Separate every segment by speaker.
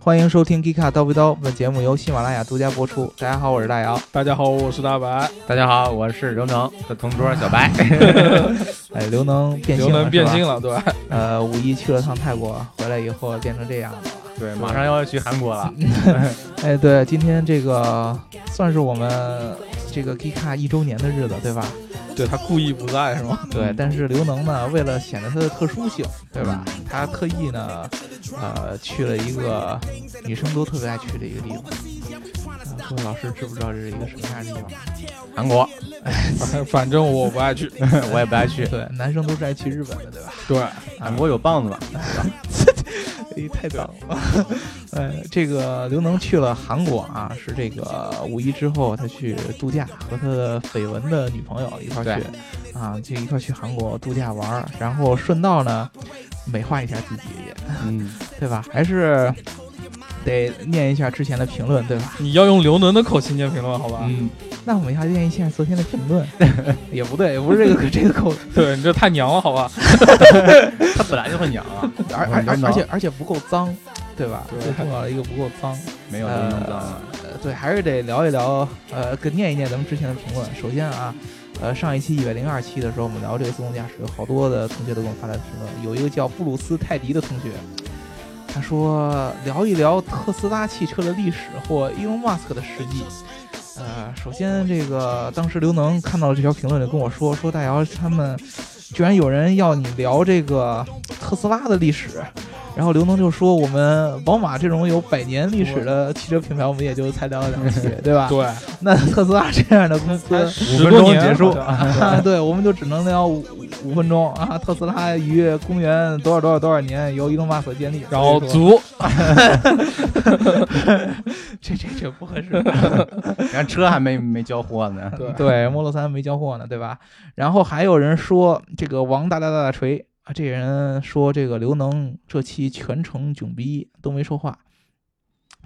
Speaker 1: 欢迎收听《g 卡叨不叨》，本节目由喜马拉雅独家播出。大家好，我是大姚。
Speaker 2: 大家好，我是大白。
Speaker 3: 大家好，我是刘能的同桌小白。
Speaker 1: 哎，刘能变
Speaker 2: 刘
Speaker 1: 性了，
Speaker 2: 能变
Speaker 1: 是吧
Speaker 2: 性了，对吧？
Speaker 1: 呃，五一去了趟泰国，回来以后变成这样了。
Speaker 3: 对，马上要去韩国了，
Speaker 1: 哎，对，今天这个算是我们这个 g 卡一周年的日子，对吧？
Speaker 2: 对他故意不在是 吗？
Speaker 1: 对，但是刘能呢，为了显得他的特殊性，对吧？他特意呢，呃，去了一个女生都特别爱去的一个地方。呃各位老师知不知道这是一个什么样的地方？
Speaker 3: 韩国
Speaker 2: 反正我不爱去。
Speaker 3: 我也不爱去。
Speaker 1: 对，男生都是爱去日本的，对吧？
Speaker 2: 对，
Speaker 3: 韩国有棒子吗？
Speaker 1: 哎，太脏了。 呃，这个刘能去了韩国啊，是这个五一之后他去度假，和他的绯闻的女朋友一块儿去啊，就一块儿去韩国度假玩儿，然后顺道呢美化一下自己，
Speaker 3: 嗯，
Speaker 1: 对吧？还是得念一下之前的评论，对吧？
Speaker 2: 你要用刘能的口气念评论，好吧？
Speaker 3: 嗯，
Speaker 1: 那我们要念一下昨天的评论， 也不对，也不是这个这个口，
Speaker 2: 对你这太娘了，好吧？
Speaker 3: 他本来就会娘啊，
Speaker 1: 而而而而且而且不够脏，对吧？
Speaker 2: 对
Speaker 1: 最重要的一个不够脏。
Speaker 3: 没有刘能脏啊。
Speaker 1: 呃，对，还是得聊一聊，呃，跟念一念咱们之前的评论。首先啊，呃，上一期一百零二期的时候，我们聊这个自动驾驶，有好多的同学都给我发来评论。有一个叫布鲁斯泰迪的同学，他说聊一聊特斯拉汽车的历史或 Elon Musk 的事迹。呃，首先这个当时刘能看到这条评论就跟我说，说大姚他们居然有人要你聊这个特斯拉的历史。然后刘能就说：“我们宝马这种有百年历史的汽车品牌，我们也就才聊了两 期，对吧？
Speaker 2: 对，啊
Speaker 1: 那特斯拉这样的公 司，
Speaker 3: 五
Speaker 2: 十
Speaker 3: 分
Speaker 2: 多
Speaker 3: 钟
Speaker 2: 年
Speaker 3: 结束
Speaker 2: 好，像
Speaker 1: 啊，对，我们就只能聊五五分钟啊。特斯拉于公元多少多少多少年由伊隆马斯克建立，
Speaker 2: 然后
Speaker 1: 所以说
Speaker 2: 足，
Speaker 1: 这这这不合适。
Speaker 3: 你看车还没没交货呢。
Speaker 2: 对
Speaker 1: 对，Model 三没交货呢，对吧？然后还有人说这个王大大大大锤啊，这人说这个刘能这期全程囧逼都没说话。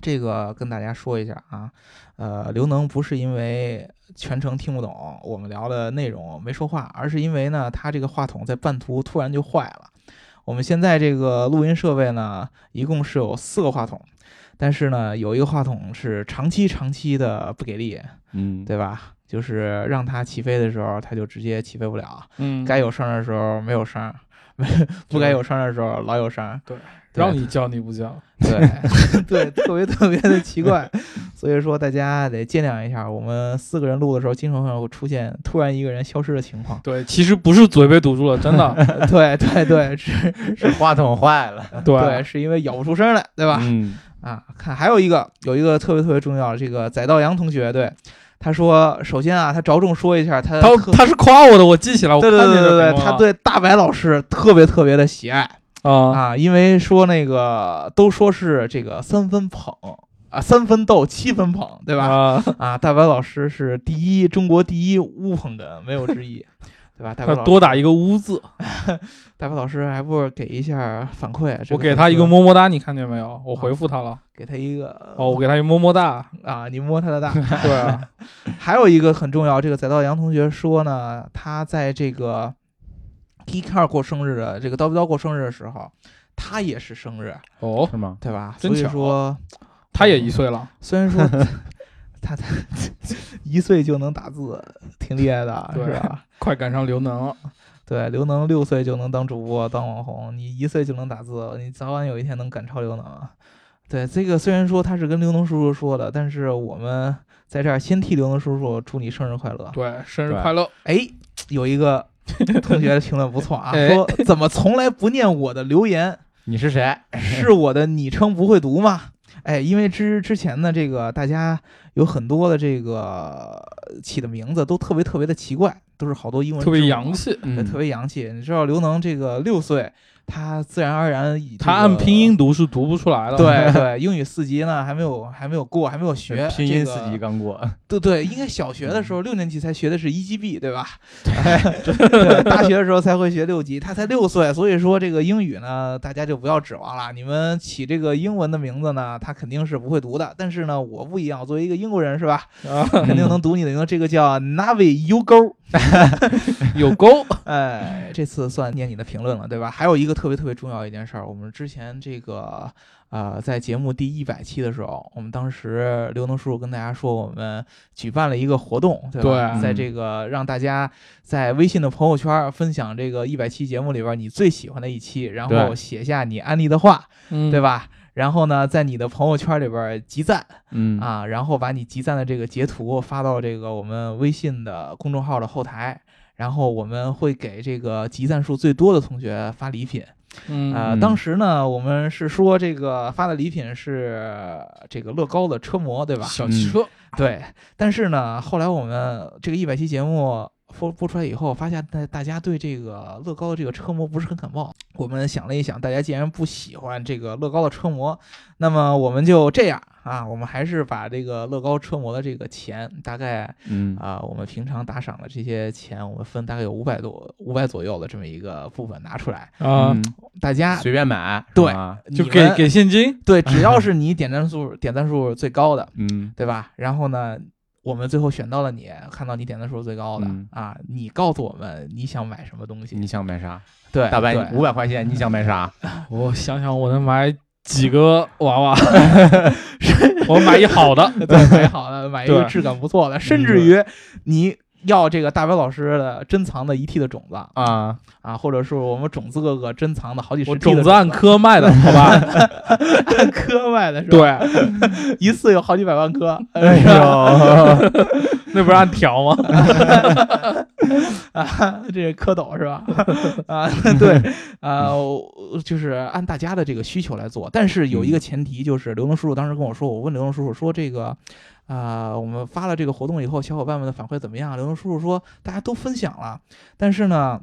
Speaker 1: 这个跟大家说一下啊，呃，刘能不是因为全程听不懂我们聊的内容没说话，而是因为呢，他这个话筒在半途突然就坏了。我们现在这个录音设备呢，一共是有四个话筒，但是呢，有一个话筒是长期长期的不给力，
Speaker 3: 嗯，
Speaker 1: 对吧？就是让它起飞的时候，它就直接起飞不了；
Speaker 2: 嗯，
Speaker 1: 该有声儿的时候没有声儿，没不该有声儿的时候老有声儿。
Speaker 2: 对
Speaker 1: 对，
Speaker 2: 让你叫你不叫，。
Speaker 1: 对 对，特别特别的奇怪。所以说大家得见谅一下，我们四个人录的时候，经常会出现突然一个人消失的情况
Speaker 2: 对，其实不是嘴被堵住了，真的，
Speaker 1: 对对对，是，
Speaker 3: 是话筒坏了。
Speaker 1: 对，是因为咬不出声来，对吧？
Speaker 3: 嗯，
Speaker 1: 啊，看还有一个有一个特别特别重要，这个载道阳同学对他说，首先啊，他着重说一下他
Speaker 2: 他
Speaker 1: 特
Speaker 2: 他是夸我的，我记起来，我
Speaker 1: 对对
Speaker 2: 看见
Speaker 1: 对
Speaker 2: 这
Speaker 1: 对对，
Speaker 2: 评论
Speaker 1: 他
Speaker 2: 了
Speaker 1: 对大白老师特别特别的喜爱
Speaker 2: 啊，
Speaker 1: 啊，因为说那个都说是这个三分捧啊，三分逗，七分捧，对吧？
Speaker 2: 啊，
Speaker 1: 啊，大白老师是第一，中国第一乌捧哏，没有之 一，对吧？大白
Speaker 2: 他
Speaker 1: 老师，
Speaker 2: 多打一个污字，
Speaker 1: 大白老师还不给一下反馈？这个
Speaker 2: 我给
Speaker 1: 粉
Speaker 2: 他一个
Speaker 1: 丝，
Speaker 2: 么么哒，你看见没有？我回复他了，
Speaker 1: 给他一个
Speaker 2: 哦，我给他一个么么哒，
Speaker 1: 啊，你摸他的 大。
Speaker 2: 对啊，
Speaker 1: 还有一个很重要，这个载道阳同学说呢，他在这个 T K 过生日的这个叨不叨过生日的时候，他也是生日。
Speaker 2: 哦，
Speaker 3: 是吗？
Speaker 1: 对吧？
Speaker 2: 真
Speaker 1: 所以
Speaker 2: 巧
Speaker 1: 说，
Speaker 2: 他也一岁了，
Speaker 1: 虽然说 他 他一岁就能打字，挺厉害的，
Speaker 2: 对
Speaker 1: 是吧？
Speaker 2: 快赶上刘能了，
Speaker 1: 对，刘能六岁就能当主播、当网红，你一岁就能打字，你早晚有一天能赶超刘能啊。对，这个虽然说他是跟刘能叔叔说的，但是我们在这儿先替刘能叔叔祝你生日快乐。
Speaker 2: 对，生日
Speaker 3: 对
Speaker 2: 快乐，
Speaker 1: 哎，有一个同学的评论不错 啊，
Speaker 2: 哎
Speaker 1: 说怎么从来不念我的留言？
Speaker 3: 你是谁？
Speaker 1: 是我的昵称不会读吗？哎，因为之之前呢，这个大家有很多的这个呃起的名字都特别特别的奇怪，都是好多英文
Speaker 2: 特别
Speaker 1: 字母啊嗯
Speaker 2: 洋气，嗯
Speaker 1: 对， 特别洋气。你知道刘能这个六岁，他自然而然以这
Speaker 2: 他
Speaker 1: 个
Speaker 2: 按拼音读是读不出来的。
Speaker 1: 对对，英语四级呢还没有还没有过，还没有学
Speaker 3: 拼
Speaker 1: 这
Speaker 3: 音四
Speaker 1: 个
Speaker 3: 级刚过，
Speaker 1: 对对，应该小学的时候六年级才学的是一级 B，对吧？哎对，大学的时候才会学六级，他才六岁，所以说这个英语呢，大家就不要指望了。你们起这个英文的名字呢，他肯定是不会读的。但是呢，我不一样，作为一个英国人是吧，
Speaker 2: 啊，
Speaker 1: 肯定能读你的名字。这个叫 Navi U 勾，
Speaker 2: 有勾，
Speaker 1: 哎，这次算念你的评论了，对吧？还有一个特别特别重要一件事儿，我们之前这个呃，在节目第一百期的时候，我们当时刘能叔叔跟大家说，我们举办了一个活动，对吧？
Speaker 2: 对
Speaker 1: 在这个让大家在微信的朋友圈分享这个一百期节目里边你最喜欢的一期，然后
Speaker 3: 对
Speaker 1: 写下你安利的话，
Speaker 2: 嗯，
Speaker 1: 对吧？然后呢，在你的朋友圈里边集赞
Speaker 3: 嗯，
Speaker 1: 啊，然后把你集赞的这个截图发到这个我们微信的公众号的后台，然后我们会给这个集赞数最多的同学发礼品。
Speaker 2: 嗯？
Speaker 1: 呃，
Speaker 3: 嗯
Speaker 1: 当时呢，我们是说这个发的礼品是呃这个乐高的车模，对吧？
Speaker 2: 小汽车，
Speaker 1: 对。但是呢，后来我们这个一百期节目播播出来以后，发现大大家对这个乐高的这个车模不是很感冒。我们想了一想，大家既然不喜欢这个乐高的车模，那么我们就这样啊，我们还是把这个乐高车模的这个钱，大概
Speaker 3: 嗯
Speaker 1: 啊、我们平常打赏的这些钱，我们分大概有五百多、五百左右的这么一个部分拿出来，
Speaker 2: 啊，
Speaker 3: 嗯
Speaker 1: 大家
Speaker 3: 随便买，
Speaker 1: 对
Speaker 3: 是吧
Speaker 2: 就
Speaker 1: 你
Speaker 2: 给
Speaker 1: 们
Speaker 2: 给现金，
Speaker 1: 对，只要是你点赞数点赞数最高的，
Speaker 3: 嗯
Speaker 1: 对吧？然后呢，我们最后选到了你，看到你点赞数最高的、
Speaker 3: 嗯
Speaker 1: 啊，你告诉我们你想买什么东西。
Speaker 3: 你想买啥？
Speaker 1: 对，
Speaker 3: 大白
Speaker 1: 对
Speaker 3: 五百块钱，你想买啥？
Speaker 2: 我想想，我能买几个娃娃？我买一好的，
Speaker 1: 对，买好了，买一个
Speaker 2: 对
Speaker 1: 质感不错的， 甚至于你要这个大白老师的珍藏的一 T 的种子
Speaker 3: 啊，
Speaker 1: 啊，或者是我们种子哥哥珍藏的好几十
Speaker 2: 我
Speaker 1: T
Speaker 2: 种
Speaker 1: 的
Speaker 2: 子按颗卖的，好吧？
Speaker 1: 按颗卖的是吧？
Speaker 2: 对，
Speaker 1: 对，一次有好几百万颗，
Speaker 3: 哎呦，
Speaker 2: 那不是按条吗？
Speaker 1: 啊，这是蝌蚪是吧？啊，对，啊，我就是按大家的这个需求来做，但是有一个前提，就是刘能叔叔当时跟我说，我问刘能叔叔说这个，啊、我们发了这个活动以后，小伙伴们的反馈怎么样？啊刘能叔叔说大家都分享了，但是呢。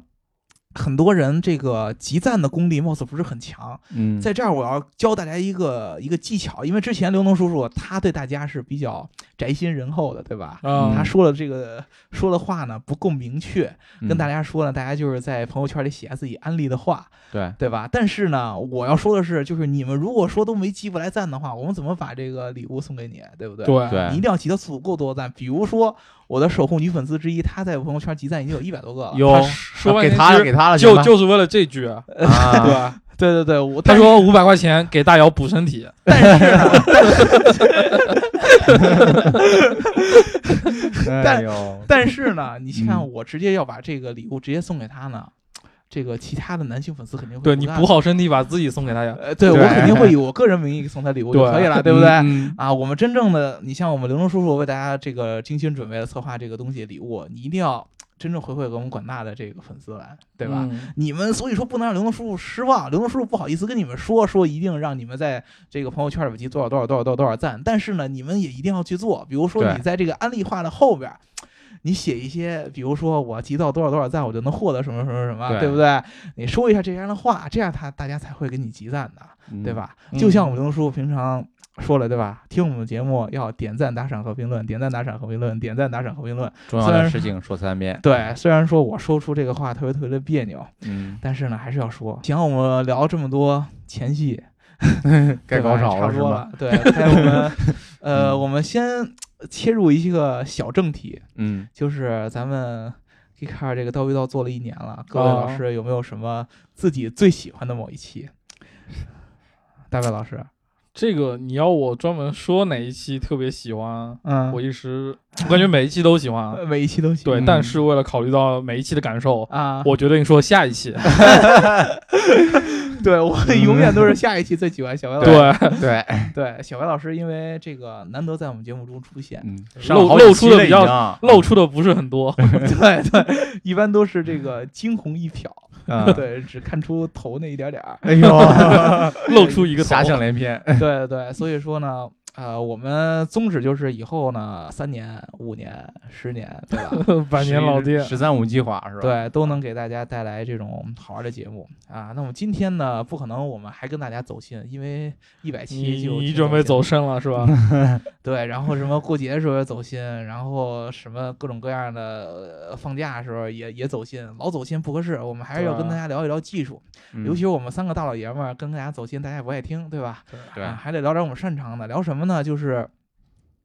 Speaker 1: 很多人这个集赞的功力貌似不是很强，
Speaker 3: 嗯，
Speaker 1: 在这儿我要教大家一个一个技巧，因为之前刘能叔叔他对大家是比较宅心仁厚的，对吧？
Speaker 2: 啊，
Speaker 1: 他说的这个说的话呢不够明确，
Speaker 3: 嗯
Speaker 1: 跟大家说呢，大家就是在朋友圈里写下自己安利的话，
Speaker 3: 嗯对，
Speaker 1: 对吧？但是呢，我要说的是，就是你们如果说都没集过来赞的话，我们怎么把这个礼物送给你，对不对？
Speaker 2: 对
Speaker 3: 对
Speaker 1: 你一定要集到足够多的赞。比如说，我的守护女粉丝之一，她在我朋友圈集赞已经有一百多个了。
Speaker 2: 有
Speaker 1: 她
Speaker 2: 说半
Speaker 3: 啊给
Speaker 2: 天
Speaker 3: 他
Speaker 2: 其
Speaker 3: 了，
Speaker 2: 实
Speaker 3: 给他了，行
Speaker 2: 就
Speaker 3: 吧
Speaker 2: 就是为了这句，
Speaker 3: 啊
Speaker 2: 对吧？
Speaker 1: 对对对， 我
Speaker 2: 他，说五百块钱给大姚补身体，
Speaker 1: 但但是呢，
Speaker 3: 哎呦，
Speaker 1: 但是呢，你看
Speaker 3: 嗯
Speaker 1: 我直接要把这个礼物直接送给她呢，这个其他的男性粉丝肯定会
Speaker 2: 对你
Speaker 1: 干
Speaker 2: 补好身体，把自己送给大家，
Speaker 1: 呃，对
Speaker 3: 对
Speaker 1: 我肯定会以我个人名义送她礼物就
Speaker 2: 对
Speaker 1: 可以了，对不对？
Speaker 2: 嗯
Speaker 1: 啊，我们真正的，你像我们刘能叔叔为大家这个精心准备的策划这个东西礼物，你一定要真正回馈给我们广大的这个粉丝来，对吧？？
Speaker 2: 嗯
Speaker 1: 你们所以说不能让刘能叔叔失望，刘能叔叔不好意思跟你们说，说一定让你们在这个朋友圈里面集多少多少多少多少多少赞，但是呢，你们也一定要去做，比如说
Speaker 3: 对
Speaker 1: 你在这个安利话的后边儿。你写一些，比如说我集到多少多少赞，我就能获得什么什么什么，
Speaker 3: 对
Speaker 1: 对不对？你说一下这样的话，这样他大家才会给你集赞的。对？吧？就
Speaker 2: 嗯
Speaker 1: 像我们刘叔平常说了，对吧？听我们节目要点赞、打赏和评论，点赞、打赏和评论，点赞、打赏和评论。
Speaker 3: 嗯重要
Speaker 1: 虽然
Speaker 3: 的事情说三遍，
Speaker 1: 对，虽然说我说出这个话特别特别的别扭，
Speaker 3: 嗯，
Speaker 1: 但是呢，还是要说。行，我们聊这么多前戏，
Speaker 3: 该
Speaker 1: 对吧
Speaker 3: 高潮
Speaker 1: 差
Speaker 3: 了
Speaker 1: 不
Speaker 3: 是
Speaker 1: 多
Speaker 3: 吧？
Speaker 1: 了。对，该我们，呃，
Speaker 3: 嗯
Speaker 1: 我们先切入一个小正题，
Speaker 3: 嗯，
Speaker 1: 就是咱们。g e e k a r 这个刀逼刀做了一年了，各位老
Speaker 2: 哦
Speaker 1: 师有没有什么自己最喜欢的某一期？大白老师，
Speaker 2: 这个你要我专门说哪一期特别喜欢，
Speaker 1: 嗯，
Speaker 2: 我一时我感觉每一期都喜欢，
Speaker 1: 呃每一期都喜欢
Speaker 2: 对，
Speaker 3: 嗯
Speaker 2: 但是为了考虑到每一期的感受，
Speaker 1: 啊，
Speaker 2: 我决定说下一期。
Speaker 1: 对我永远都是下一期最喜欢小白老师。
Speaker 2: 对，
Speaker 3: 对，
Speaker 1: 对，小白老师因为这个难得在我们节目中出现，
Speaker 3: 嗯，
Speaker 2: 露
Speaker 3: 上好几
Speaker 2: 露
Speaker 3: 期
Speaker 2: 出的
Speaker 3: 了
Speaker 2: 比
Speaker 3: 已
Speaker 2: 较
Speaker 3: 经啊
Speaker 2: 露出的不是很多。
Speaker 1: 对对，一般都是这个惊鸿一瞟，
Speaker 3: 嗯
Speaker 1: 对，只看出头那一点点儿。
Speaker 3: 哎呦，
Speaker 2: 露出 一个头
Speaker 3: 遐想连篇，
Speaker 1: 对对，所以说呢。呃，我们宗旨就是以后呢，三年、五年、十年，对吧？
Speaker 2: 百年老店，
Speaker 3: 十三五计划是吧？，
Speaker 1: 对，都能给大家带来这种好玩的节目啊。那么今天呢，不可能我们还跟大家走心，因为一百期
Speaker 2: 你
Speaker 1: 就
Speaker 2: 你
Speaker 1: 挺
Speaker 2: 准
Speaker 1: 心
Speaker 2: 备
Speaker 1: 的
Speaker 2: 走深了是吧？
Speaker 1: 对，然后什么过节的时候也走心，然后什么各种各样的、呃放假的时候也也走心，老走心不合适，我们还是要跟大
Speaker 2: 对啊嗯
Speaker 1: 家聊一聊技术，
Speaker 3: 嗯
Speaker 1: 尤其是我们三个大老爷们儿跟大家走心，大家也不爱听，对吧？啊
Speaker 3: 对
Speaker 1: 啊，还得聊点我们擅长的，聊什么呢？就是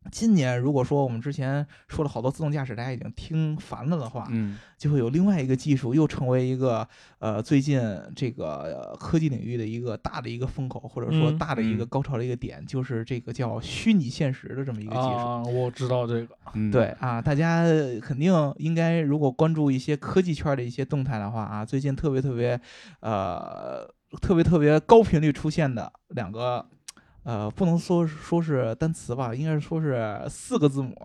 Speaker 1: 今年如果说我们之前说了好多自动驾驶，大家已经听烦了的话，
Speaker 3: 嗯
Speaker 1: 就会有另外一个技术又成为一个呃最近这个、呃科技领域的一个大的一个风口，或者说
Speaker 2: 嗯
Speaker 1: 大的一个
Speaker 3: 嗯
Speaker 1: 高潮的一个点，就是这个叫虚拟现实的这么一个技术。
Speaker 2: 啊，我知道这个，
Speaker 3: 嗯，
Speaker 1: 对啊，大家肯定应该如果关注一些科技圈的一些动态的话啊，最近特别特别呃特别特别高频率出现的两个呃不能说说是单词吧，应该是说是四个字母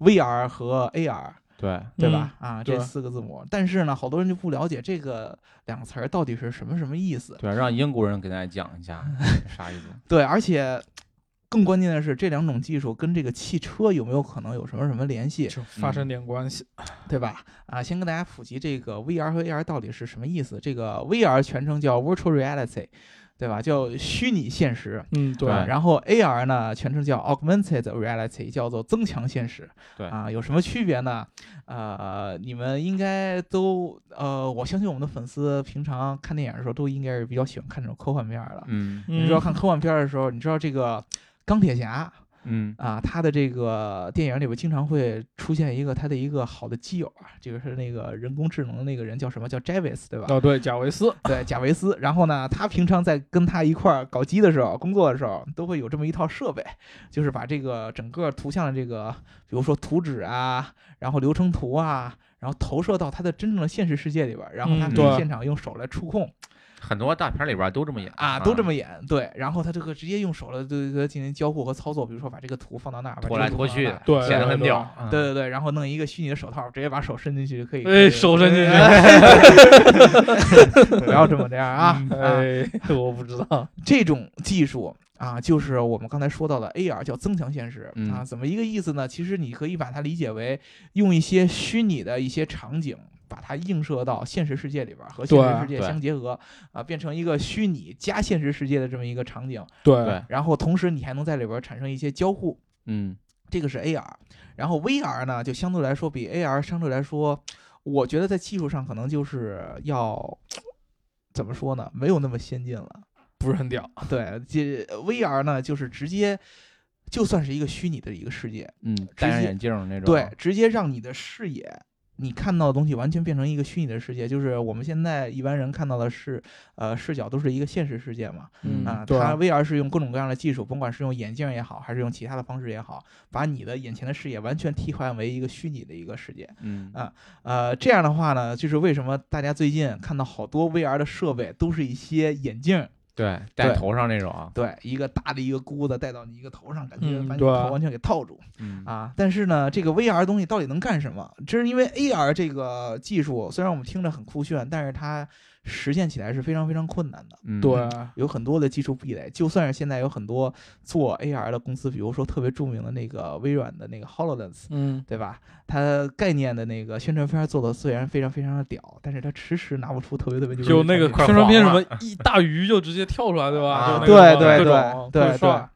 Speaker 1: ，VR 和 AR。
Speaker 3: 对，
Speaker 1: 对吧？啊，这
Speaker 2: 对
Speaker 1: 四个字母，但是呢，好多人就不了解这个两个词儿到底是什么什么意思。
Speaker 3: 对，让英国人给大家讲一下啥意思。
Speaker 1: 对，而且更关键的是，这两种技术跟这个汽车有没有可能有什么什么联系
Speaker 2: 嗯？就发生点关系。
Speaker 1: 对吧？啊，先跟大家普及这个 VR 和 AR 到底是什么意思。这个 VR 全称叫 Virtual Reality，对吧？叫虚拟现实。
Speaker 2: 嗯，对，
Speaker 1: 然后 AR 呢，全称叫 Augmented Reality，叫做增强现实。
Speaker 3: 对
Speaker 1: 啊，有什么区别呢？呃，你们应该都呃，我相信我们的粉丝平常看电影的时候都应该是比较喜欢看这种科幻片儿的。
Speaker 3: 嗯
Speaker 1: 你
Speaker 2: 你
Speaker 1: 知道看科幻片儿的时候，你知道这个钢铁侠
Speaker 3: 嗯
Speaker 1: 啊，他的这个电影里边经常会出现一个他的一个好的基友啊，这个是那个人工智能的那个人叫什么？叫 Javis 对吧？
Speaker 2: 哦，对，贾维斯，
Speaker 1: 对，贾维斯。然后呢，他平常在跟他一块儿搞基的时候、工作的时候，都会有这么一套设备，就是把这个整个图像的这个，比如说图纸啊，然后流程图啊，然后投射到他的真正的现实世界里边儿，然后他
Speaker 2: 嗯
Speaker 1: 可以
Speaker 2: 对
Speaker 1: 现场用手来触控、
Speaker 3: 很多大片里边都这么演
Speaker 1: 啊，都这么演。对，然后他这个直接用手来对对进行交互和操作，比如说把这个图放到那儿，把这
Speaker 3: 拖
Speaker 1: 个
Speaker 3: 来
Speaker 1: 图
Speaker 3: 拖
Speaker 1: 放到
Speaker 3: 去
Speaker 1: 那
Speaker 3: 的
Speaker 1: 儿
Speaker 2: 对，
Speaker 3: 显得很
Speaker 2: 对
Speaker 3: 屌。。嗯
Speaker 1: 对，对对，然后弄一个虚拟的手套，直接把手伸进去就可以。
Speaker 2: 哎，手伸进去，
Speaker 1: 去，不要这么这样啊！啊
Speaker 2: 哎， 我不知道，
Speaker 1: 这种技术啊，就是我们刚才说到的 AR，叫增强现实、
Speaker 3: 嗯
Speaker 1: 啊。怎么一个意思呢？其实你可以把它理解为用一些虚拟的一些场景。把它映射到现实世界里边儿，和现实世界
Speaker 3: 对
Speaker 1: 相结合，啊，变成一个虚拟加现实世界的这么一个场景，
Speaker 2: 对
Speaker 3: 对，
Speaker 1: 然后同时你还能在里边儿产生一些交互，
Speaker 3: 嗯
Speaker 1: 这个是 AR，然后 VR 呢，就相对来说比 AR 相对来说，我觉得在技术上可能就是要怎么说呢，没有那么先进了。
Speaker 2: 不是很屌。
Speaker 1: 对，这 VR 呢，就是直接就算是一个虚拟的一个世界，
Speaker 3: 嗯，戴上
Speaker 1: 接
Speaker 3: 眼镜儿那种。
Speaker 1: 对，直接让你的视野。你看到的东西完全变成一个虚拟的世界，就是我们现在一般人看到的视，呃，视角都是一个现实世界嘛。
Speaker 3: 嗯
Speaker 1: 啊，
Speaker 2: 对
Speaker 1: 它 VR 是用各种各样的技术，甭管是用眼镜也好，还是用其他的方式也好，把你的眼前的视野完全替换为一个虚拟的一个世界。
Speaker 3: 嗯
Speaker 1: 啊呃，这样的话呢，就是为什么大家最近看到好多 VR 的设备都是一些眼镜儿，
Speaker 3: 对，戴
Speaker 1: 对
Speaker 3: 头上那种啊。
Speaker 1: 对，一个大的一个箍子戴到你一个头上，感觉
Speaker 2: 嗯
Speaker 1: 把你
Speaker 2: 对
Speaker 1: 头完全给套住、
Speaker 3: 嗯
Speaker 1: 啊。但是呢，这个 VR 东西到底能干什么？这是因为 AR 这个技术虽然我们听着很酷炫，但是它实现起来是非常非常困难的。
Speaker 3: 嗯
Speaker 2: 对，
Speaker 1: 有很多的技术壁垒，就算是现在有很多做 AR 的公司，比如说特别著名的那个微软的那个 HoloLens，
Speaker 2: 嗯，
Speaker 1: 对吧？它概念的那个宣传片儿做的虽然非常非常的屌，但是它迟迟拿不出特别特别牛
Speaker 2: 就
Speaker 1: 逼的
Speaker 2: 那个
Speaker 1: 产品
Speaker 3: 快
Speaker 2: 宣传片什
Speaker 3: 黄
Speaker 2: 么
Speaker 3: 了
Speaker 2: 一大鱼就直接跳出来，对吧？
Speaker 3: 啊
Speaker 2: 就那
Speaker 1: 对
Speaker 2: 个
Speaker 1: 对
Speaker 2: 各
Speaker 1: 对
Speaker 2: 种
Speaker 1: 对
Speaker 2: 特帅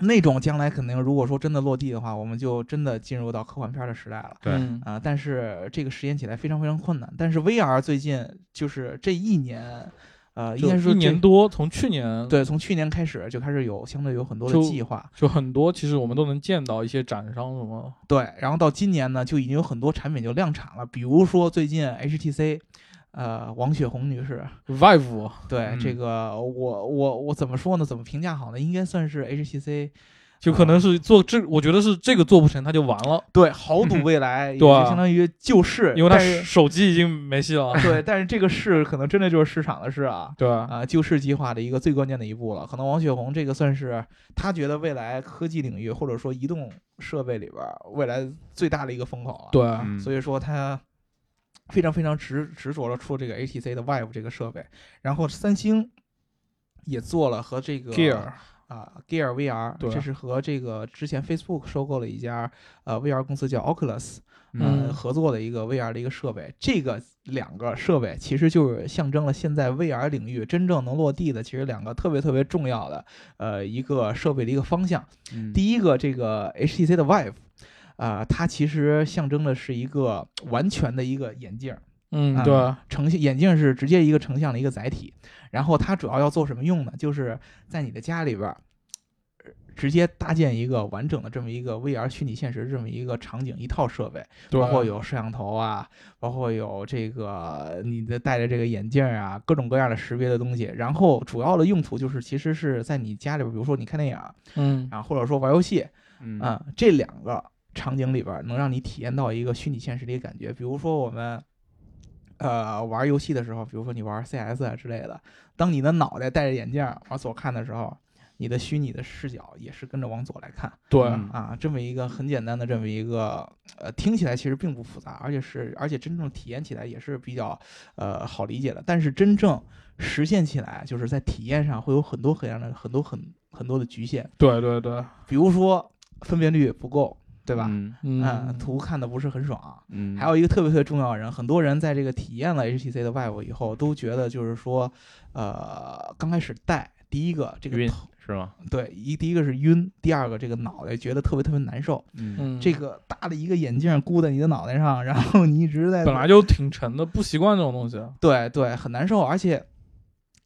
Speaker 1: 那种将来肯定，如果说真的落地的话，我们就真的进入到科幻片的时代了
Speaker 3: 对，
Speaker 2: 嗯
Speaker 1: 啊、但是这个实现起来非常非常困难。但是 VR 最近就是这一年，呃，应
Speaker 2: 就
Speaker 1: 该说
Speaker 2: 一
Speaker 1: 这
Speaker 2: 年多，从去年
Speaker 1: 对，从去年开始就开始有相对有很多的
Speaker 2: 就
Speaker 1: 计划，
Speaker 2: 就很多，其实我们都能见到一些展商什么，
Speaker 1: 对，然后到今年呢，就已经有很多产品就量产了，比如说最近 HTC。呃，王雪红女士，
Speaker 2: Vive
Speaker 1: 对、
Speaker 3: 嗯
Speaker 1: 这个，我我我怎么说呢？怎么评价好呢？应该算是 HTC
Speaker 2: 就可能
Speaker 1: 啊
Speaker 2: 是做这，我觉得是这个做不成，他就完了，
Speaker 1: 对豪赌未来，也就
Speaker 2: 对啊
Speaker 1: 相当于救市，
Speaker 2: 因为他
Speaker 1: 但是。
Speaker 2: 手机已经没戏了
Speaker 1: 对，但是这个市可能真的就是市场的市啊。
Speaker 2: 对啊，
Speaker 1: 啊，救市计划的一个最关键的一步了。可能王雪红这个算是他觉得未来科技领域或者说移动设备里边儿未来最大的一个风口了。，
Speaker 2: 对，
Speaker 3: 嗯
Speaker 1: 啊所以说他非常非常执执着的出这个 HTC 的 Vive 这个设备，然后三星也做了和这个
Speaker 2: Gear
Speaker 1: 啊 Gear VR，
Speaker 2: 对
Speaker 1: 这是和这个之前 Facebook 收购了一家呃 VR 公司叫 Oculus，
Speaker 2: 嗯
Speaker 1: 呃合作的一个 VR 的一个设备。这个两个设备其实就是象征了现在 VR 领域真正能落地的，其实两个特别特别重要的呃一个设备的一个方向。
Speaker 3: 嗯
Speaker 1: 第一个，这个 HTC 的 Vive。啊、它其实象征的是一个完全的一个眼镜儿，
Speaker 2: 嗯
Speaker 1: 啊，
Speaker 2: 对，
Speaker 1: 成像眼镜是直接一个成像的一个载体。然后它主要要做什么用呢？就是在你的家里边儿，呃直接搭建一个完整的这么一个 VR 虚拟现实这么一个场景一套设备，
Speaker 2: 对
Speaker 1: 包括有摄像头啊，包括有这个你的戴着这个眼镜啊，各种各样的识别的东西。然后主要的用途就是，其实是在你家里边，比如说你看电影，
Speaker 2: 嗯
Speaker 1: 然后或者说玩游戏，
Speaker 3: 嗯
Speaker 1: 啊、这两个场景里边儿能让你体验到一个虚拟现实的一个感觉。比如说我们，呃，玩游戏的时候，比如说你玩 CS 啊之类的，当你的脑袋戴着眼镜儿往左看的时候，你的虚拟的视角也是跟着往左来看
Speaker 2: 对
Speaker 3: 嗯
Speaker 1: 啊。这么一个很简单的这么一个，呃，听起来其实并不复杂，而且是而且真正体验起来也是比较呃好理解的。但是真正实现起来，就是在体验上会有很多很样的很多很很多的局限。
Speaker 2: 对对对，
Speaker 1: 比如说分辨率不够，对
Speaker 3: 对
Speaker 1: 吧？
Speaker 3: 嗯
Speaker 1: 嗯，
Speaker 2: 嗯，
Speaker 1: 图看的不是很爽。
Speaker 3: 嗯，
Speaker 1: 还有一个特别特别重要的人，很多人在这个体验了 HTC 的 Vive 以后，都觉得就是说，呃，刚开始戴，第一个这个
Speaker 3: 晕
Speaker 1: 头
Speaker 3: 是吗？
Speaker 1: 对一第一个是晕，第二个这个脑袋觉得特别特别难受。
Speaker 3: 嗯
Speaker 2: 嗯
Speaker 1: 这个大的一个眼镜箍在你的脑袋上，然后你一直在
Speaker 2: 本来就挺沉的，不习惯这种东西。啊
Speaker 1: 对对很难受，而且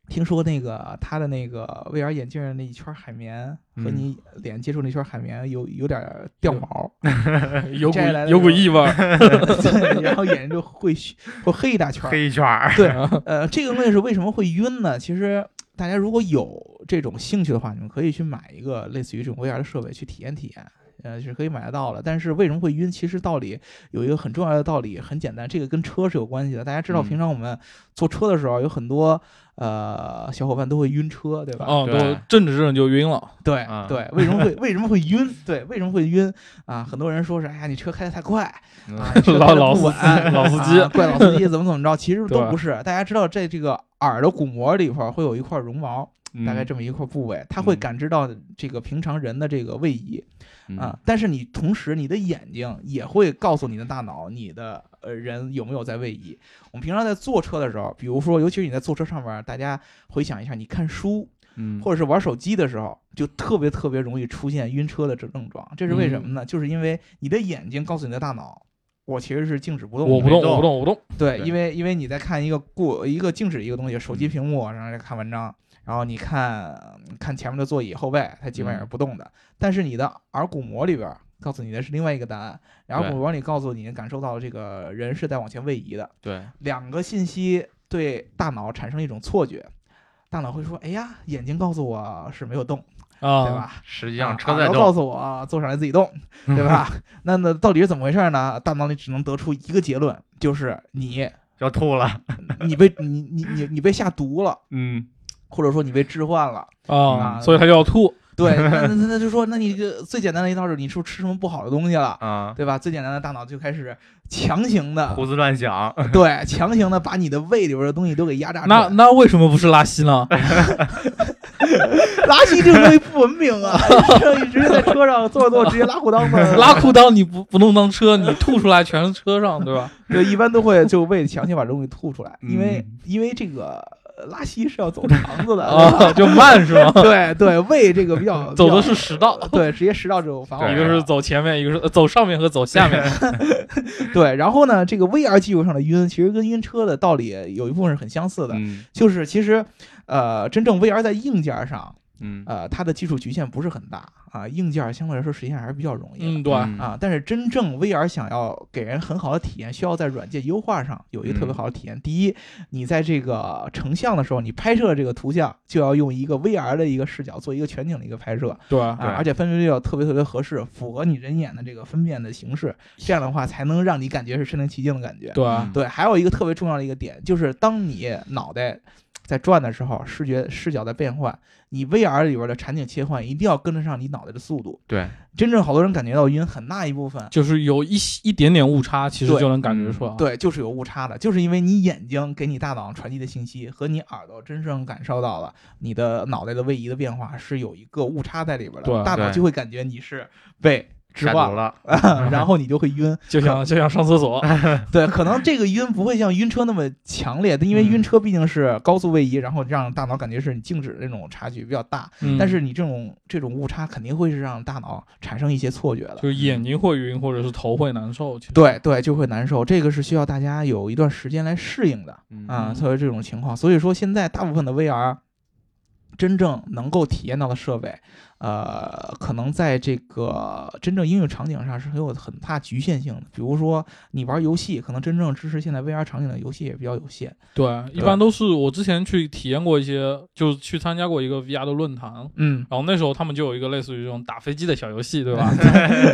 Speaker 1: 听说那个他的那个 VR 眼镜儿那一圈儿海绵和
Speaker 3: 嗯
Speaker 1: 你脸接触那圈儿海绵有有点儿掉
Speaker 2: 有
Speaker 1: 毛，
Speaker 2: 有股
Speaker 1: 摘来的
Speaker 2: 有
Speaker 1: 时
Speaker 2: 股
Speaker 1: 候
Speaker 2: 异味儿，
Speaker 1: 对，然后眼睛就会虚会黑一大圈。儿。
Speaker 3: 黑圈 儿，
Speaker 1: 对，呃，这个东西是为什么会晕呢？其实大家如果有这种兴趣的话，你们可以去买一个类似于这种 VR 的设备去体验体验。呃，是可以买得到了，但是为什么会晕？其实道理有一个很重要的道理，很简单，这个跟车是有关系的。大家知道，
Speaker 3: 嗯
Speaker 1: 平常我们坐车的时候，有很多呃小伙伴都会晕车，对吧？
Speaker 2: 哦，
Speaker 3: 对
Speaker 2: 都正着正着就晕了。
Speaker 1: 对、
Speaker 3: 啊
Speaker 1: 对，为什么会为什么会晕？对，为什么会晕啊？很多人说是，哎呀，你车开得太快， 啊，你车
Speaker 2: 老
Speaker 1: 开得
Speaker 2: 老
Speaker 1: 不
Speaker 2: 司
Speaker 1: 稳
Speaker 2: 机， 老司
Speaker 1: 啊
Speaker 2: 机，
Speaker 1: 怪老司机怎么怎么着，其实都
Speaker 2: 对
Speaker 1: 不是。大家知道，在这个耳的鼓膜里边会有一块绒毛，大概
Speaker 3: 嗯
Speaker 1: 这么一块部位，它会
Speaker 3: 嗯
Speaker 1: 感知到这个平常人的这个位移
Speaker 2: 嗯
Speaker 1: 啊。。但是你同时，你的眼睛也会告诉你的大脑，你的呃人有没有在位移。我们平常在坐车的时候，比如说，尤其是你在坐车上面，大家回想一下，你看书
Speaker 3: 嗯，
Speaker 1: 或者是玩手机的时候，就特别特别容易出现晕车的症症状。这是为什么呢？
Speaker 2: 嗯
Speaker 1: 就是因为你的眼睛告诉你的大脑。我其实是静止不动的，
Speaker 2: 我不
Speaker 3: 没
Speaker 2: 动，我不
Speaker 3: 动
Speaker 2: 动，我不动。
Speaker 1: 对，
Speaker 3: 对
Speaker 1: 因为因为你在看一个过一个静止一个东西，
Speaker 2: 嗯
Speaker 1: 手机屏幕，然后在看文章，然后你看看前面的座椅、后背，它基本上也
Speaker 2: 嗯
Speaker 1: 是不动的。但是你的耳鼓膜里边儿告诉你的是另外一个答案，然后
Speaker 3: 对
Speaker 1: 鼓膜里告诉你感受到这个人是在往前位移的，
Speaker 3: 对，
Speaker 1: 两个信息对大脑产生一种错觉。大脑会说：“哎呀，眼睛告诉我是没有动，
Speaker 2: 啊，
Speaker 1: 对？吧？
Speaker 3: 实际
Speaker 1: 啊
Speaker 3: 上车
Speaker 1: 耳
Speaker 3: 在
Speaker 1: 朵告
Speaker 3: 动，
Speaker 1: 诉我坐上来自己 动，对吧？那那到底是怎么回事呢？大脑里只能得出一个结论，就是你
Speaker 3: 要吐了。
Speaker 1: 你被你你你你被下毒了，
Speaker 3: 嗯，
Speaker 1: 或者说你被置换了。
Speaker 2: 啊，
Speaker 1: 嗯
Speaker 2: 所以他就要吐。
Speaker 1: 对，那那那那就说，那你这个最简单的一道是，你是不是吃什么不好的东西了，
Speaker 3: 啊，
Speaker 1: 对啊吧？最简单的大脑就开始强行 的，
Speaker 3: 胡思乱想，
Speaker 1: 对，强行的把你的胃里边的东西都给压榨出
Speaker 2: 那
Speaker 1: 来。
Speaker 2: 那为什么不是拉稀 呢？
Speaker 1: 拉稀这个东西不文明 啊！你直接在车上坐着坐着直接拉裤裆子，
Speaker 2: 拉裤裆你不不弄当车，你吐出来全是车上，对吧？
Speaker 1: 对，一般都会 就胃强行把东西吐出来，因为
Speaker 3: 嗯
Speaker 1: 因为这个呃拉稀是要走肠子的。对吧
Speaker 2: 啊，就慢是 吗？
Speaker 1: 对对，胃这个比较
Speaker 2: 走的
Speaker 1: 比较
Speaker 2: 是食道，
Speaker 1: 对，直接食道这种反
Speaker 3: 对
Speaker 1: 胃
Speaker 2: 一个是走前面，一个是呃走上面和走下面。
Speaker 1: 对，然后呢，这个 VR 技术上的晕，其实跟晕车的道理有一部分是很相似的，
Speaker 3: 嗯
Speaker 1: 就是其实，呃，真正 VR 在硬件上，
Speaker 3: 嗯
Speaker 1: 呃，它的技术局限不是很大啊，硬件相对来说实现还是比较容易的。
Speaker 2: 嗯，对，
Speaker 3: 嗯
Speaker 1: 啊，但是真正 VR 想要给人很好的体验，需要在软件优化上有一个特别
Speaker 3: 嗯
Speaker 1: 好的体验。第一，你在这个成像的时候，你拍摄这个图像就要用一个 VR 的一个视角做一个全景的一个拍摄，
Speaker 2: 对，
Speaker 1: 啊
Speaker 3: 对，
Speaker 1: 而且分辨率要特别特别合适，符合你人眼的这个分辨的形式，这样的话才能让你感觉是身临其境的感觉。
Speaker 2: 对，啊
Speaker 3: 嗯
Speaker 1: 啊对还有一个特别重要的一个点，就是当你脑袋在转的时候，视觉视角在变换，你 VR 里边的场景切换一定要跟得上你脑袋的速度。
Speaker 3: 对，
Speaker 1: 真正好多人感觉到晕，很大一部分。
Speaker 2: 就是有一些一点点误差，其实
Speaker 1: 对
Speaker 2: 就能感觉出来。，
Speaker 1: 对，就是有误差的，就是因为你眼睛给你大脑传递的信息和你耳朵真正感受到了你的脑袋的位移的变化是有一个误差在里边的，
Speaker 2: 对
Speaker 1: 大脑
Speaker 3: 对
Speaker 1: 就会感觉你是被置
Speaker 3: 下
Speaker 1: 换
Speaker 3: 毒了，
Speaker 1: 然后哎你就会晕。
Speaker 2: 就像就像上厕所，
Speaker 1: 对，可能这个晕不会像晕车那么强烈，因为
Speaker 2: 嗯
Speaker 1: 晕车毕竟是高速位移，然后让大脑感觉是你静止的那种差距比较大。
Speaker 2: 嗯
Speaker 1: 但是你这种这种误差肯定会是让大脑产生一些错觉的。
Speaker 2: 就是眼睛会晕，或者是头会难受。其实，
Speaker 1: 对对，就会难受，这个是需要大家有一段时间来适应的
Speaker 3: 嗯
Speaker 1: 啊，
Speaker 2: 嗯
Speaker 1: 所以这种情况，所以说现在大部分的 VR 真正能够体验到的设备，呃，可能在这个真正应用场景上是很有很大局限性的。比如说，你玩游戏，可能真正支持现在 VR 场景的游戏也比较有限。
Speaker 2: 对，啊一
Speaker 1: 对
Speaker 2: 般都是我之前去体验过一些，就是去参加过一个 VR 的论坛，
Speaker 1: 嗯，
Speaker 2: 然后那时候他们就有一个类似于这种打飞机的小游戏，对吧？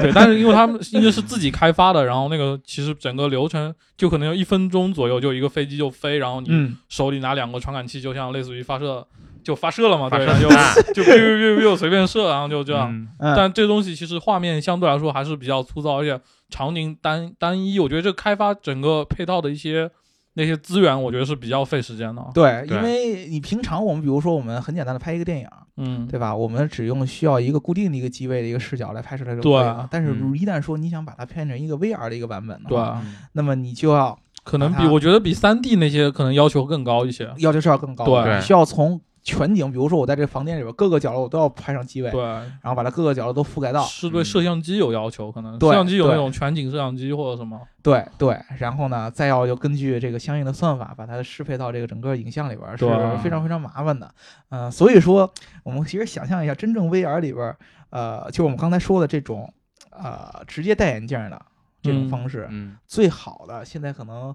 Speaker 2: 对，但是因为他们因为是自己开发的，然后那个其实整个流程就可能有一分钟左右，就一个飞机就飞，然后你
Speaker 1: 嗯，
Speaker 2: 手里拿两个传感器，就像类似于发射就发射了嘛，
Speaker 3: 发
Speaker 2: 对，
Speaker 3: 射
Speaker 2: 然后就
Speaker 3: 弹
Speaker 2: 就 biu biu biu biu 随便射，然后就这样。
Speaker 3: 嗯
Speaker 1: 嗯，
Speaker 2: 但这东西其实画面相对来说还是比较粗糙，而且场景单单一，我觉得这开发整个配套的一些那些资源，我觉得是比较费时间的。
Speaker 1: 对，
Speaker 3: 对
Speaker 1: 因为你平常我们比如说我们很简单的拍一个电影，
Speaker 2: 嗯，
Speaker 1: 对吧？我们只用需要一个固定的一个机位的一个视角来拍摄它就可
Speaker 2: 对
Speaker 1: 以了。但是
Speaker 3: 嗯
Speaker 1: 一旦说你想把它变成一个 VR 的一个版本的
Speaker 2: 对
Speaker 1: 话，
Speaker 2: 啊，
Speaker 1: 那么你就要
Speaker 2: 可能
Speaker 1: 把
Speaker 2: 比
Speaker 1: 它
Speaker 2: 我觉得比三 D 那些可能要求更高一些。
Speaker 1: 要求是要更高
Speaker 2: 对
Speaker 1: 的，你需要从全景，比如说我在这房间里边各个角落我都要拍上机位，
Speaker 2: 对，
Speaker 1: 然后把它各个角落都覆盖到。
Speaker 2: 是对
Speaker 3: 嗯
Speaker 2: 摄像机有要求，可能
Speaker 1: 对
Speaker 2: 摄像机有那
Speaker 1: 对
Speaker 2: 种全景摄像机或者 什么。
Speaker 1: 对对，然后呢，再要就根据这个相应的算法，把它适配到这个整个影像里边儿，是
Speaker 2: 对啊
Speaker 1: 非常非常麻烦的。嗯、所以说我们其实想象一下，真正 VR 里边儿，呃，就我们刚才说的这种，呃，直接戴眼镜儿的这种
Speaker 2: 嗯
Speaker 1: 方式，
Speaker 3: 嗯，
Speaker 1: 最好的现在可能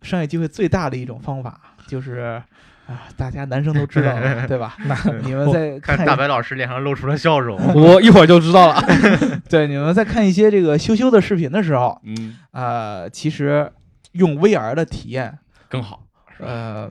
Speaker 1: 商业机会最大的一种方法就是。啊，大家男生都知道 了，对吧？那你们再
Speaker 3: 看
Speaker 1: 看一
Speaker 3: 大白老师脸上露出了 笑容。
Speaker 2: 我一会儿就知道了。
Speaker 1: 对，你们在看一些这个羞羞的视频的时候，
Speaker 3: 嗯，
Speaker 1: 呃，其实用 VR 的体验，
Speaker 3: 更好，
Speaker 1: 呃，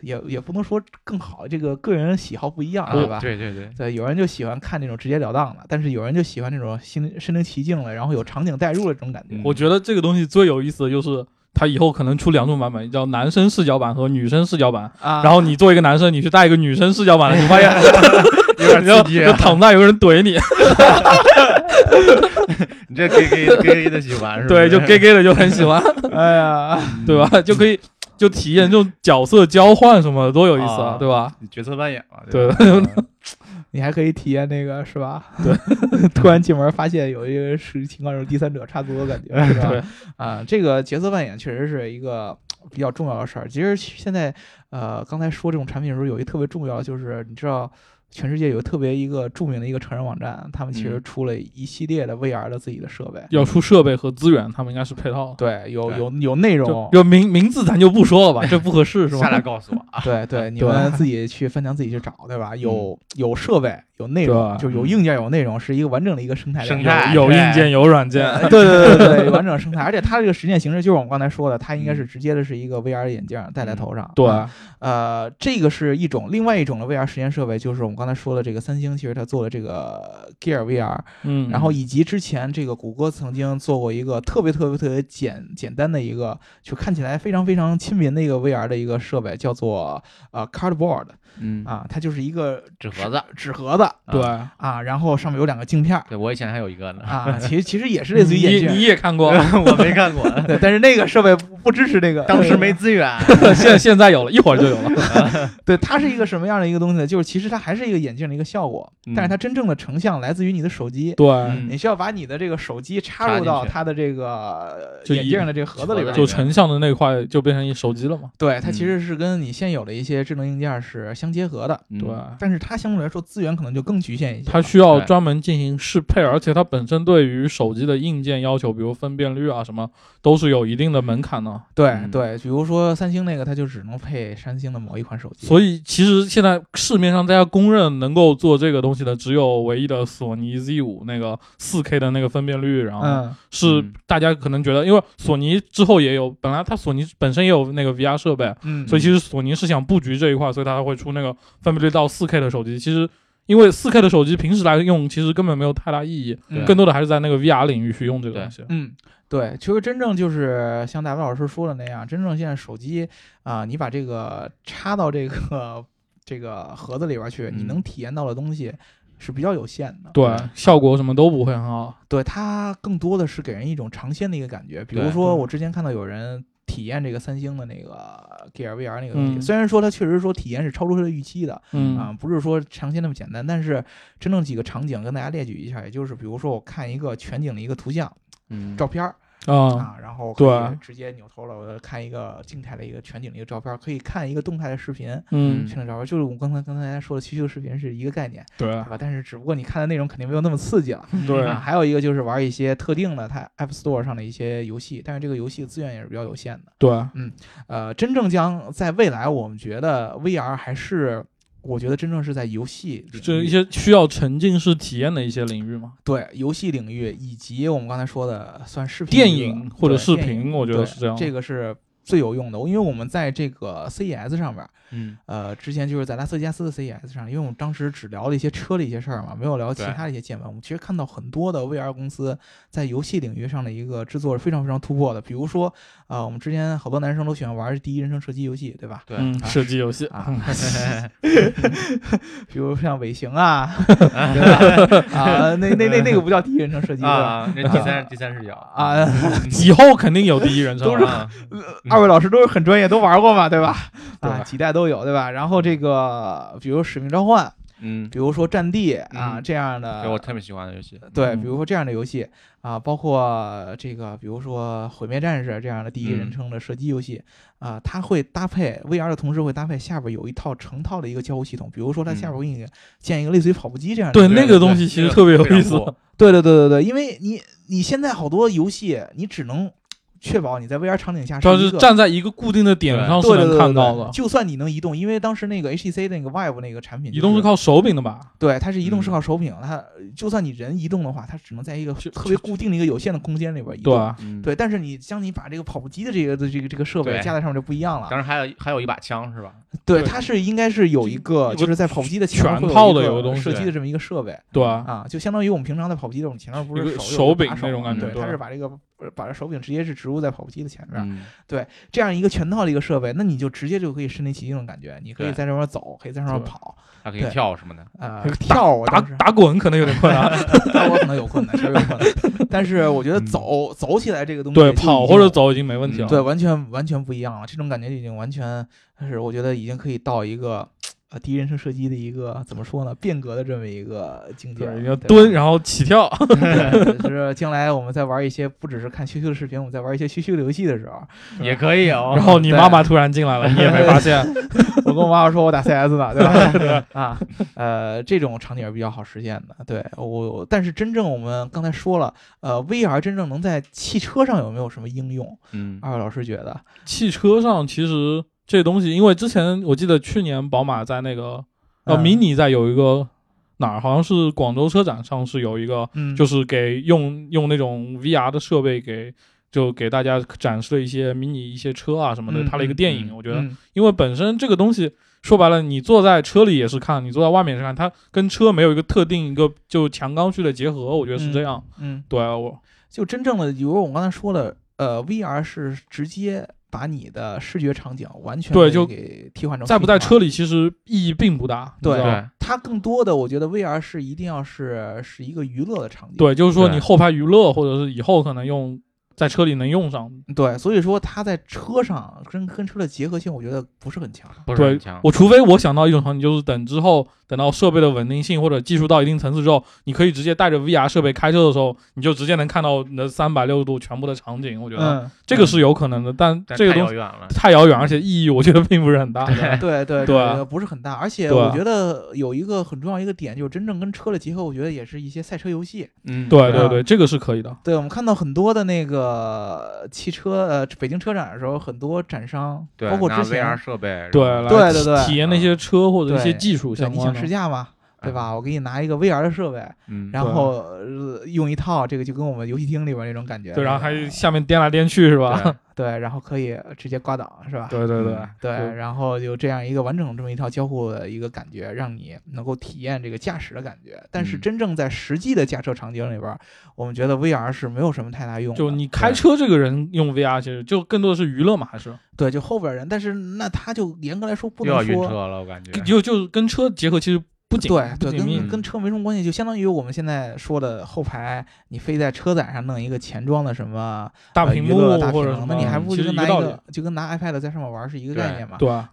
Speaker 1: 也也不能说更好，这个个人喜好不一样，
Speaker 2: 哦
Speaker 3: 啊
Speaker 1: 对吧？
Speaker 3: 对 对对，
Speaker 1: 对，有人就喜欢看这种直截了当的，但是有人就喜欢这种心身临其境了，然后有场景代入的这种感觉。
Speaker 3: 嗯
Speaker 2: 我觉得这个东西最有意思的就是。它以后可能出两种版本，叫男生视角版和女生视角版。
Speaker 1: 啊，
Speaker 2: 然后你作为一个男生，你去带一个女生视角版的，你发现 你就
Speaker 3: 有点刺激
Speaker 2: 就
Speaker 3: 啊！
Speaker 2: 躺那有个人怼你，
Speaker 3: 你这 gay gay gay 的喜欢 是吧？
Speaker 2: 对，就 gay gay 的就很 喜欢，
Speaker 1: 哎呀，
Speaker 2: 对吧？就可以就体验这种角色交换什么的，多有意思啊，
Speaker 3: 啊
Speaker 2: 对吧？
Speaker 3: 角色扮演嘛。
Speaker 2: 对
Speaker 3: 吧，
Speaker 1: 你还可以体验那个是吧？对， 突然进门发现有一个是情况是第三者插足的感觉，是吧？
Speaker 2: 对
Speaker 1: 啊、这个角色扮演确实是一个比较重要的事儿。其实现在，呃，刚才说这种产品的时候，有一特别重要，就是你知道，全世界有特别一个著名的一个成人网站，他们其实
Speaker 3: 嗯
Speaker 1: 出了一系列的 VR 的自己的设备。
Speaker 2: 要出设备和资源，他们应该是配套的。
Speaker 1: 对，有
Speaker 3: 对
Speaker 1: 有有内
Speaker 2: 就
Speaker 1: 容，
Speaker 2: 就名名字咱就不说了吧，这不合适是吧？
Speaker 3: 下来告诉我 啊。
Speaker 1: 对对，你
Speaker 2: 对
Speaker 1: 们自己去翻墙自己去找，对吧？有有设备，有内容，
Speaker 2: 对
Speaker 1: 就有硬件，有内容，是一个完整的一个生态链。
Speaker 3: 生态
Speaker 2: 有有硬件有软件，
Speaker 1: 哎对对对对，对，完整生态，而且它这个实践形式就是我们刚才说的，它应该是直接的是一个 VR 眼镜戴在头上。
Speaker 2: 对，
Speaker 1: 呃，这个是一种，另外一种的 VR 实验设备就是我们刚才说的这个三星，其实它做了这个 Gear VR，
Speaker 2: 嗯，
Speaker 1: 然后以及之前这个谷歌曾经做过一个特别特别特别简简单的一个，就看起来非常非常亲民的一个 VR 的一个设备，叫做呃 Cardboard
Speaker 3: 嗯，
Speaker 1: 啊，它就是一个
Speaker 3: 纸盒子。
Speaker 1: 纸盒子
Speaker 2: 对，
Speaker 1: 啊，然后上面有两个镜片儿
Speaker 3: 对，我以前还有一个呢，
Speaker 1: 啊，其实其实也是类似于眼
Speaker 2: 你
Speaker 1: 镜。
Speaker 2: 你也 看过，
Speaker 3: 我没看过，
Speaker 1: 对，但是那个设备不不支持这个，
Speaker 3: 当时没资 源。
Speaker 2: 现现在有了，一会儿就有了。
Speaker 1: 对，它是一个什么样的一个东西呢？就是其实它还是一个眼镜的一个效果，
Speaker 3: 嗯
Speaker 1: 但是它真正的成像来自于你的手机。
Speaker 2: 对，
Speaker 1: 你需要把你的这个手机
Speaker 3: 插
Speaker 1: 插入
Speaker 3: 进
Speaker 1: 到
Speaker 3: 去
Speaker 1: 它的这个
Speaker 2: 就
Speaker 1: 眼
Speaker 2: 一
Speaker 1: 镜的这个盒子里边
Speaker 3: 盒
Speaker 1: 儿
Speaker 3: 子
Speaker 2: 就
Speaker 1: 去。
Speaker 3: 里
Speaker 2: 成像的那块就变成一手机了嘛。
Speaker 1: 对，它其
Speaker 3: 嗯
Speaker 1: 实是跟你现有的一些智能硬件是相结合的，
Speaker 3: 嗯
Speaker 2: 对，，啊
Speaker 1: 但是它相对来说资源可能就更局限一些。
Speaker 2: 它需要
Speaker 3: 对
Speaker 2: 专门进行适配，而且它本身对于手机的硬件要求，比如分辨率啊什么，都是有一定的门槛的。
Speaker 1: 对
Speaker 3: 嗯
Speaker 1: 对，比如说三星那个，它就只能配三星的某一款手机。
Speaker 2: 所以其实现在市面上大家公认能够做这个东西的，只有唯一的索尼 Z 5那个 4K 的那个分辨率，然后
Speaker 1: 嗯，
Speaker 2: 是
Speaker 3: 嗯
Speaker 2: 大家可能觉得，因为索尼之后也有，本来它索尼本身也有那个 VR 设备，
Speaker 1: 嗯，
Speaker 2: 所以其实索尼是想布局这一块，所以它会出那个分辨率到 4K 的手机。其实因为 4K 的手机平时来用，其实根本没有太大意义，
Speaker 1: 嗯
Speaker 2: 更多的还是在那个 VR 领域去用这个
Speaker 3: 对
Speaker 2: 东西。
Speaker 1: 嗯，对，其实真正就是像大白老师说的那样，真正现在手机啊、你把这个插到这个这个盒子里边去，你
Speaker 3: 嗯
Speaker 1: 能体验到的东西是比较有限的。嗯
Speaker 2: 对
Speaker 3: 对，
Speaker 2: 效果什么都不会很好。
Speaker 1: 对，它更多的是给人一种尝鲜的一个感觉。比如
Speaker 3: 对
Speaker 1: 说，
Speaker 2: 对嗯
Speaker 1: 我之前看到有人。体验这个三星的那个 Gear VR 那个东西，
Speaker 2: 嗯
Speaker 1: 虽然说它确实说体验是超出他的预期的
Speaker 2: 嗯
Speaker 1: 啊、不是说尝鲜那么简单，但是真正几个场景跟大家列举一下，也就是比如说我看一个全景的一个图像
Speaker 3: 嗯
Speaker 1: 照片儿，
Speaker 2: 啊，
Speaker 1: 啊，然后可以
Speaker 2: 对
Speaker 1: 直接扭头了，我看一个静态的一个全景的一个照片，可以看一个动态的视频，
Speaker 2: 嗯
Speaker 1: 全，景照片就是我刚才刚才说的需求视频是一个概念，
Speaker 2: 对啊
Speaker 1: 对吧？但是只不过你看的内容肯定没有那么刺激了。
Speaker 2: 对
Speaker 1: 啊啊，还有一个就是玩一些特定的它 App Store 上的一些游戏，但是这个游戏资源也是比较有限的。
Speaker 2: 对，
Speaker 1: 呃，真正将在未来，我们觉得 VR 还是，我觉得真正是在游戏领域
Speaker 2: 这一些需要沉浸式体验的一些领域嘛，
Speaker 1: 对游戏领域以及我们刚才说的算视频
Speaker 2: 电
Speaker 1: 娱乐
Speaker 2: 影或者
Speaker 1: 对
Speaker 2: 视
Speaker 1: 电影
Speaker 2: 频，我觉
Speaker 1: 对
Speaker 2: 得是这样。
Speaker 1: 这个是最有用的，因为我们在这个 CES 上面，
Speaker 3: 嗯
Speaker 1: 呃，之前就是在拉斯维加斯的 CES 上，因为我们当时只聊了一些车的一些事儿嘛，没有聊其
Speaker 3: 对
Speaker 1: 他的一些见闻。我们其实看到很多的 VR 公司在游戏领域上的一个制作是非常非常突破的，比如说，呃，我们之前好多男生都喜欢玩第一人称射击游戏，对吧？
Speaker 3: 对
Speaker 2: 嗯，射击游戏，
Speaker 1: 啊，比如像尾行啊， 对 吧？啊，那那那那个不叫第一人称射击，对吧？
Speaker 3: 啊，那第 三第三视角嗯
Speaker 1: 啊，
Speaker 2: 以后肯定有第一人称
Speaker 3: 都
Speaker 2: 了，
Speaker 3: 是啊
Speaker 1: 二位老师都是很专业，都玩过嘛，对吧？啊，
Speaker 2: 嗯 对
Speaker 1: 几代都有，对吧？然后这个，比如《使命召唤》，
Speaker 3: 嗯，
Speaker 1: 比如说《战地》啊
Speaker 3: 嗯
Speaker 1: 这样
Speaker 3: 对
Speaker 1: 的，
Speaker 3: 我特别喜欢的游戏，
Speaker 1: 对，
Speaker 2: 嗯
Speaker 1: 比如说这样的游戏啊，包括这个，比如说《毁灭战士》这样的第一人
Speaker 3: 嗯
Speaker 1: 称的射击游戏啊，它会搭配 VR 的同时，会搭配下边有一套成套的一个交互系统，比如说它下边给你建一个类似于跑步机这样的
Speaker 2: 嗯对
Speaker 1: 一个，
Speaker 2: 那个东西其实特别有意思
Speaker 3: 非常酷
Speaker 1: 对对对对对，因为你你现在好多游戏，你只能确保你在 VR 场景下
Speaker 2: 主要
Speaker 1: 一
Speaker 2: 是
Speaker 1: 个
Speaker 2: 站在一个固定的点哦上是
Speaker 1: 对对对
Speaker 2: 能
Speaker 1: 对
Speaker 2: 看到
Speaker 1: 对
Speaker 2: 的。
Speaker 1: 就算你能移动，因为当时那个 HTC 那个 Vive 那个产品、
Speaker 2: 移动是靠手柄的吧？
Speaker 1: 对，它是移动是
Speaker 3: 嗯
Speaker 1: 靠手柄，它就算你人移动的话，它只能在一个
Speaker 2: 就
Speaker 1: 特别固定的一个有限的空间里边移
Speaker 2: 对啊
Speaker 1: 动。
Speaker 2: 吧，
Speaker 3: 嗯，
Speaker 1: 对，但是你将你把这个跑步机的这个这个这个设备
Speaker 3: 对
Speaker 1: 架在上面就不一样了。
Speaker 3: 当时还有还有一把枪是吧？
Speaker 1: 对，
Speaker 2: 对
Speaker 1: 它是应该是有一个
Speaker 2: 有
Speaker 1: 就
Speaker 2: 个
Speaker 1: 是在跑步机的前面
Speaker 2: 全
Speaker 1: 会
Speaker 2: 套
Speaker 1: 有
Speaker 2: 的
Speaker 1: 一
Speaker 2: 有
Speaker 1: 个
Speaker 2: 个东西
Speaker 1: 射击的这么一个设备
Speaker 2: 对吧？
Speaker 1: 啊，就相当于我们平常在跑步机这种前面不
Speaker 2: 有
Speaker 1: 是手
Speaker 2: 个
Speaker 1: 有
Speaker 2: 手
Speaker 1: 个
Speaker 2: 柄
Speaker 1: 把手
Speaker 2: 那种
Speaker 1: 嘛
Speaker 2: 感
Speaker 3: 觉
Speaker 1: 对，它
Speaker 2: 对
Speaker 1: 是把这个呃把手柄直接是植入在跑步机的前面。
Speaker 3: 嗯，
Speaker 1: 这样一个全套的一个设备，那你就直接就可以身临其境的感觉，你可以
Speaker 3: 对
Speaker 1: 在上面走，可以在上面
Speaker 2: 对
Speaker 1: 跑，
Speaker 3: 还可
Speaker 1: 对
Speaker 3: 以跳什么的，
Speaker 1: 呃
Speaker 2: 还，有啊
Speaker 1: 跳我
Speaker 2: 打
Speaker 1: 当时
Speaker 2: 打滚可能有点困难，
Speaker 1: 但我可能有困难，确实有困 难。但是我觉
Speaker 2: 嗯
Speaker 1: 得走、走起来这个东西，
Speaker 2: 对，跑或者，走已经没问题了。
Speaker 1: 对，完全完全不一样了。这种感觉已经完全是，我觉得已经可以到一个呃第一人称射击的一个怎么说呢，变革的这么一个境界了。
Speaker 2: 对，要
Speaker 1: 吧
Speaker 2: 蹲，然后起跳，
Speaker 1: 对就是将来我们在玩一些不只是看羞羞的视频，我们在玩一些羞羞的游戏的时候，
Speaker 3: 也可以哦
Speaker 2: 然。后你
Speaker 1: 对
Speaker 2: 妈妈突然进来了，你也没发现。
Speaker 1: 我跟我妈妈说我打 CS 呢，对吧？ 啊，呃，这种场景是比较好实现的。对我，但是真正我们刚才说了，呃，VR 真正能在汽车上有没有什么应用？
Speaker 3: 嗯
Speaker 1: 二位老师觉得？
Speaker 2: 汽车上其实这东西，因为之前我记得去年宝马在那个
Speaker 1: 嗯
Speaker 2: 呃迷，你在有一个哪儿，好像是广州车展上是有一个，
Speaker 1: 嗯，
Speaker 2: 就是给用用那种 VR 的设备给。就给大家展示了一些迷你一些车啊什么的，
Speaker 1: 嗯
Speaker 2: 它的一个
Speaker 3: 嗯
Speaker 2: 电影，
Speaker 3: 嗯
Speaker 2: 我觉得
Speaker 1: 嗯
Speaker 2: 因为本身这个东西说白了，你坐在车里也是看，你坐在外面也是看，它跟车没有一个特定一个就强刚需的结合，我觉得是这样。
Speaker 1: 嗯，
Speaker 2: 对啊我
Speaker 1: 就真正的，比如我们刚才说的，呃，VR 是直接把你的视觉场景完全
Speaker 2: 对
Speaker 1: 给
Speaker 2: 就
Speaker 1: 给替换成
Speaker 2: 在不在
Speaker 1: 虚拟化
Speaker 2: 车里其实意义并不大，你
Speaker 1: 对
Speaker 2: 知道吗
Speaker 3: 对
Speaker 1: 它更多的，我觉得 VR 是一定要是是一个娱乐的场景。
Speaker 2: 对，就是说
Speaker 3: 对
Speaker 2: 你后排娱乐，或者是以后可能用在车里能用上。
Speaker 1: 对，所以说它在车上跟跟车的结合性，我觉得不是很强。
Speaker 3: 不是
Speaker 2: 对
Speaker 3: 很强，
Speaker 2: 我除非我想到一种场景，就是等之后等到设备的稳定性或者技术到一定层次之后，你可以直接带着 VR 设备开车的时候，你就直接能看到你的三百六十度全部的场景。我觉得
Speaker 1: 嗯，
Speaker 2: 这个是有可能的，但
Speaker 3: 但
Speaker 2: 这个
Speaker 3: 太
Speaker 2: 东
Speaker 3: 遥
Speaker 2: 西
Speaker 3: 远了。
Speaker 2: 太遥远，而且意义我觉得并不是很大。
Speaker 1: 对对
Speaker 2: 对啊
Speaker 1: 不是很大。而且
Speaker 2: 对啊
Speaker 1: 我觉得有一个很重要一个点，就是真正跟车的结合，我觉得也是一些赛车游戏。
Speaker 3: 嗯，
Speaker 2: 对
Speaker 1: 对啊
Speaker 2: 对对，这个是可以的。
Speaker 1: 对，我们看到很多的那个汽车，呃，北京车展的时候，很多展商，
Speaker 3: 对，
Speaker 1: 包括
Speaker 3: 拿
Speaker 1: 之前
Speaker 3: VR 设备，然
Speaker 2: 对，
Speaker 3: 后
Speaker 2: 来
Speaker 1: 对对对
Speaker 2: 体验那些车或者一些
Speaker 1: 对
Speaker 2: 技术
Speaker 1: 对，
Speaker 2: 相
Speaker 1: 你
Speaker 2: 关
Speaker 1: 想试
Speaker 2: 的。嗯
Speaker 1: 驾嘛，对吧？我给你拿一个 VR 的设备，
Speaker 3: 嗯，
Speaker 2: 啊
Speaker 1: 然后、呃用一套这个，就跟我们游戏厅里边那种感觉。
Speaker 2: 对，然后
Speaker 1: 对
Speaker 2: 还下面颠来颠去是吧？
Speaker 1: 对，然后可以直接挂档，是吧？
Speaker 2: 对对对
Speaker 3: 嗯
Speaker 1: 对，
Speaker 2: 对
Speaker 1: 然后有这样一个完整这么一套交互的一个感觉，让你能够体验这个驾驶的感觉。但是
Speaker 3: 嗯
Speaker 1: 真正在实际的驾车场景里边，我们觉得 VR 是没有什么太大用的。
Speaker 2: 就你开车这个人用 VR，其实就更多的是娱乐嘛，还是
Speaker 1: 对，就后边人，但是那他就严格来说不
Speaker 3: 又要
Speaker 1: 能
Speaker 3: 晕
Speaker 1: 说
Speaker 3: 车了，我感觉。
Speaker 2: 就就跟车结合，其实不紧
Speaker 1: 对
Speaker 2: 不嗯
Speaker 1: 对，
Speaker 2: 紧密
Speaker 1: 跟跟车没什么关系，就相当于我们现在说的后排，你非在车载上弄一个前装的什么
Speaker 2: 大
Speaker 1: 呃
Speaker 2: 屏
Speaker 1: 娱
Speaker 2: 幕
Speaker 1: 乐大
Speaker 2: 或
Speaker 1: 屏幕，
Speaker 2: 者什
Speaker 1: 那
Speaker 2: 么，
Speaker 1: 你还不如
Speaker 2: 其
Speaker 1: 就跟
Speaker 2: 实一
Speaker 1: 拿
Speaker 2: 个
Speaker 1: 一
Speaker 2: 道理，
Speaker 1: 个啊就跟拿 iPad 在上面玩是一个概
Speaker 3: 对
Speaker 1: 念嘛。
Speaker 2: 对啊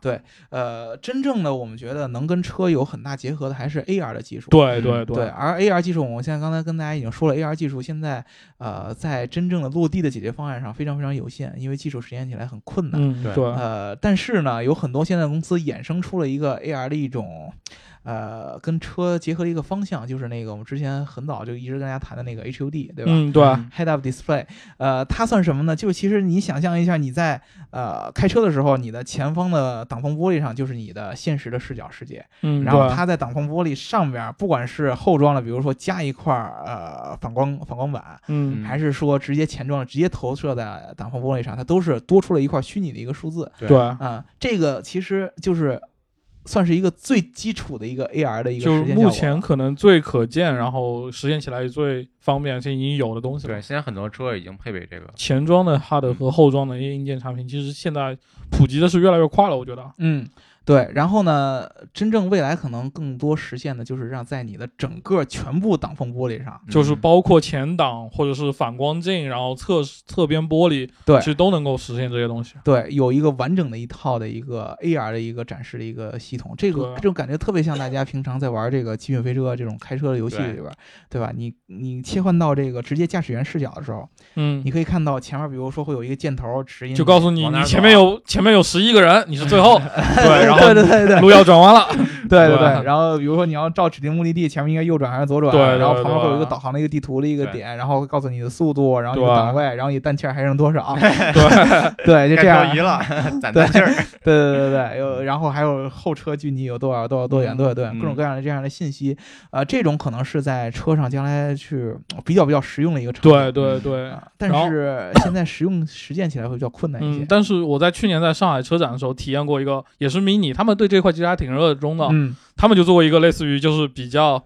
Speaker 1: 呃，真正的我们觉得能跟车有很大结合的还是 AR 的技术。
Speaker 2: 对对
Speaker 1: 嗯对，啊而 AR 技术，我现在刚才跟大家已经说了，AR 技术现在呃在真正的落地的解决方案上非常非常有限，因为技术实现起来很困难。
Speaker 2: 嗯
Speaker 3: 对
Speaker 2: 对
Speaker 1: 呃，但是呢，有很多现在公司衍生出了一个 AR 的一种，呃，跟车结合的一个方向，就是那个我们之前很早就一直跟大家谈的那个 HUD，对吧？
Speaker 2: 嗯对
Speaker 3: 嗯
Speaker 1: Head up display，呃，它算什么呢？就其实你想象一下，你在呃开车的时候，你的前方的挡风玻璃上就是你的现实的视角世界，
Speaker 2: 嗯
Speaker 1: 然后
Speaker 2: 对
Speaker 1: 它在挡风玻璃上边儿，不管是后装了，比如说加一块儿呃反光反光板，
Speaker 2: 嗯
Speaker 1: 还是说直接前装了，直接投射在挡风玻璃上，它都是多出了一块虚拟的一个数字
Speaker 3: 对
Speaker 2: 对。
Speaker 1: 啊、这个其实就是算是一个最基础的一个 AR 的一个
Speaker 2: 就
Speaker 1: 实
Speaker 2: 是
Speaker 1: 现效果
Speaker 2: 目前可能最可见，然后实现起来也最方便，且已经有的东西了。
Speaker 3: 对，现在很多车已经配备这个，
Speaker 2: 前装的 hard
Speaker 1: 嗯
Speaker 2: 和后装的一些硬件产品，其实现在普及的是越来越快了，我觉得。
Speaker 1: 嗯，对。然后呢，真正未来可能更多实现的就是让在你的整个全部挡风玻璃上，
Speaker 2: 就是
Speaker 3: 嗯
Speaker 2: 包括前挡或者是反光镜，然后侧侧边玻璃，
Speaker 1: 对
Speaker 2: 其实都能够实现这些东西。
Speaker 1: 对，有一个完整的一套的一个 AR 的一个展示的一个系统，这
Speaker 2: 对
Speaker 1: 个
Speaker 2: 啊
Speaker 1: 这种感觉特别像大家平常在玩这个《极品飞车》啊这种开车的游戏里边儿，对吧？你你切换到这个直接驾驶员视角的时候，
Speaker 2: 嗯
Speaker 1: 你，可以看到前面，比如说会有一个箭头指引你，
Speaker 2: 就告诉你，
Speaker 3: 往哪
Speaker 2: 你
Speaker 1: 啊
Speaker 3: 儿
Speaker 2: 前
Speaker 3: 走
Speaker 2: 面有前面有十一个人，你是最 后，对，
Speaker 1: 对对
Speaker 2: 然后
Speaker 1: 对对对
Speaker 2: 路要转弯了，
Speaker 1: 对对
Speaker 2: 对
Speaker 1: 对，然后比如说你要照指定目的地，前面应该右转还是左转，
Speaker 2: 对对
Speaker 1: 然后旁边
Speaker 2: 对
Speaker 1: 会有一个
Speaker 2: 对
Speaker 1: 导航的一个地图的一个
Speaker 3: 对
Speaker 1: 点，然后告诉你的速度，然后你的
Speaker 2: 对
Speaker 1: 档位，然后你氮气儿还剩多少， 对对，就
Speaker 3: 该
Speaker 1: 这样
Speaker 3: 漂移了， 攒攒劲儿，
Speaker 1: 对对对对，有然后还有后车距离有多少多少多远
Speaker 2: 嗯
Speaker 1: 多少多远，各种
Speaker 3: 嗯
Speaker 1: 各样的这样的信息，呃，这种可能是在车上将来去呃比较比较实用的一个场景。
Speaker 2: 对对对。
Speaker 1: 啊但
Speaker 2: 然后
Speaker 1: 是现在实用实践起来会比较困难一
Speaker 2: 嗯
Speaker 1: 些，。
Speaker 2: 但是我在去年在上海车展的时候体验过一个，也是 mini，他们对这块其实还挺热衷的，
Speaker 1: 嗯
Speaker 2: 他们就做过一个类似于就是比较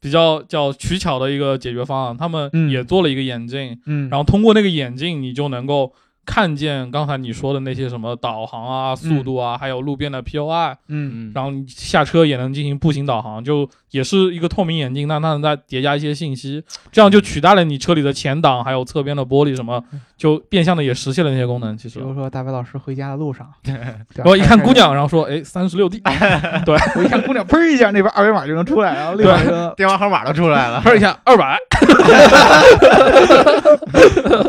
Speaker 2: 比较叫取巧的一个解决方案，他们
Speaker 1: 嗯
Speaker 2: 也做了一个眼镜，
Speaker 1: 嗯，
Speaker 2: 然
Speaker 1: 后
Speaker 2: 后通过那个眼镜，你就能够看见刚才你说的那些什么导航啊、速度啊，还有路边的 POI，
Speaker 1: 嗯
Speaker 3: 嗯，
Speaker 2: 然后你下车也能进行步行导航，就也是一个透明眼镜，但它能再叠加一些信息，这样就取代了你车里的前挡还有侧边的玻璃什么，就变相的也实现了那些功能。其
Speaker 1: 比
Speaker 2: 实，
Speaker 1: 如
Speaker 2: 然
Speaker 1: 说大白老师回家的路上，然
Speaker 2: 后一看姑，娘，然后说，哎，三十六 D，
Speaker 1: 我 一看姑娘，砰一下那边二维码就能出来，然后立马就
Speaker 3: 电话号码都出来了，
Speaker 2: 拍一下二百，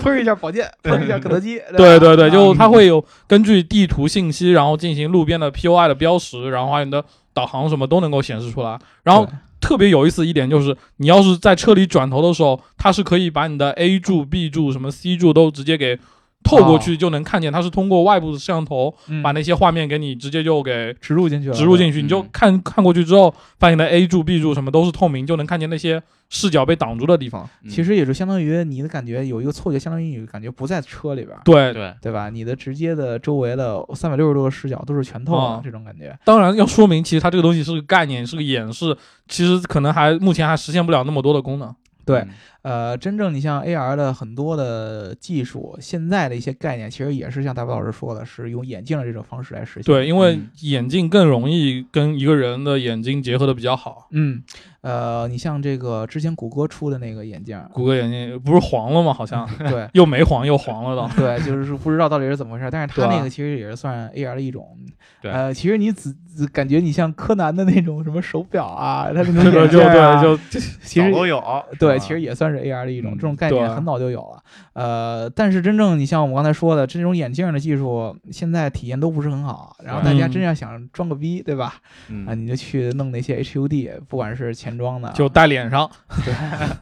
Speaker 1: 砰一下保健，砰一下肯德基，对
Speaker 2: 对对
Speaker 1: 吧
Speaker 2: 对，就它
Speaker 1: 嗯
Speaker 2: 会有根据地图信息，然后进行路边的 POI 的标识，然后还有你的导航什么都能够显示出来，然后
Speaker 1: 对
Speaker 2: 特别有意思一点就是，你要是在车里转头的时候，它是可以把你的 A 柱、B 柱、什么 C 柱都直接给透过去，就能看见。它是通过外部的摄像头
Speaker 1: 嗯
Speaker 2: 把那些画面给你直接就给
Speaker 1: 植入进去了，
Speaker 2: 植入进去，
Speaker 3: 嗯
Speaker 2: 你就看看过去之后，发现你的 A 柱、B 柱什么都是透明，就能看见那些视角被挡住的地方。
Speaker 3: 嗯
Speaker 1: 其实也就相当于你的感觉有一个错觉，相当于你感觉不在车里边，
Speaker 2: 对，
Speaker 3: 对，
Speaker 1: 对吧？你的直接的周围的三百六十度的视角都是全透的、
Speaker 2: 啊
Speaker 1: 这种感觉。
Speaker 2: 当然要说明，其实它这个东西是个概念，是个演示，其实可能还目前还实现不了那么多的功能。
Speaker 1: 对
Speaker 3: 嗯，
Speaker 1: 呃，真正你像 AR 的很多的技术，现在的一些概念，其实也是像大白老师说的，是用眼镜的这种方式来实现。
Speaker 2: 对，，因为
Speaker 3: 嗯
Speaker 2: 眼镜更容易跟一个人的眼睛结合的比较好。
Speaker 1: 嗯，呃，你像这个之前谷歌出的那个眼镜，
Speaker 2: 谷歌眼镜不是黄了吗？好像
Speaker 1: 对。
Speaker 2: 又没黄又黄 了的。
Speaker 1: 对，就是说不知道到底是怎么回事，但是它
Speaker 2: 对啊
Speaker 1: 那个其实也是算 AR 的一种。
Speaker 3: 对
Speaker 1: 呃，其实你只只感觉你像柯南的那种什么手表啊， 它那种
Speaker 2: 这个
Speaker 1: 眼
Speaker 2: 就
Speaker 1: 镜啊
Speaker 2: 对，就
Speaker 1: 其实
Speaker 3: 早都有，
Speaker 1: 对，
Speaker 3: 是吧
Speaker 1: 其实也算是 AR 的一种，
Speaker 3: 嗯
Speaker 1: 这种概念
Speaker 2: 啊对
Speaker 1: 很早就有了。呃，但是真正你像我们刚才说的，这种眼镜的技术现在体验都不是很好，然后大家
Speaker 2: 嗯
Speaker 1: 真要想装个逼，对吧？啊，
Speaker 3: 嗯，
Speaker 1: 你就去弄那些 HUD，不管是前装的，
Speaker 2: 就戴脸 上，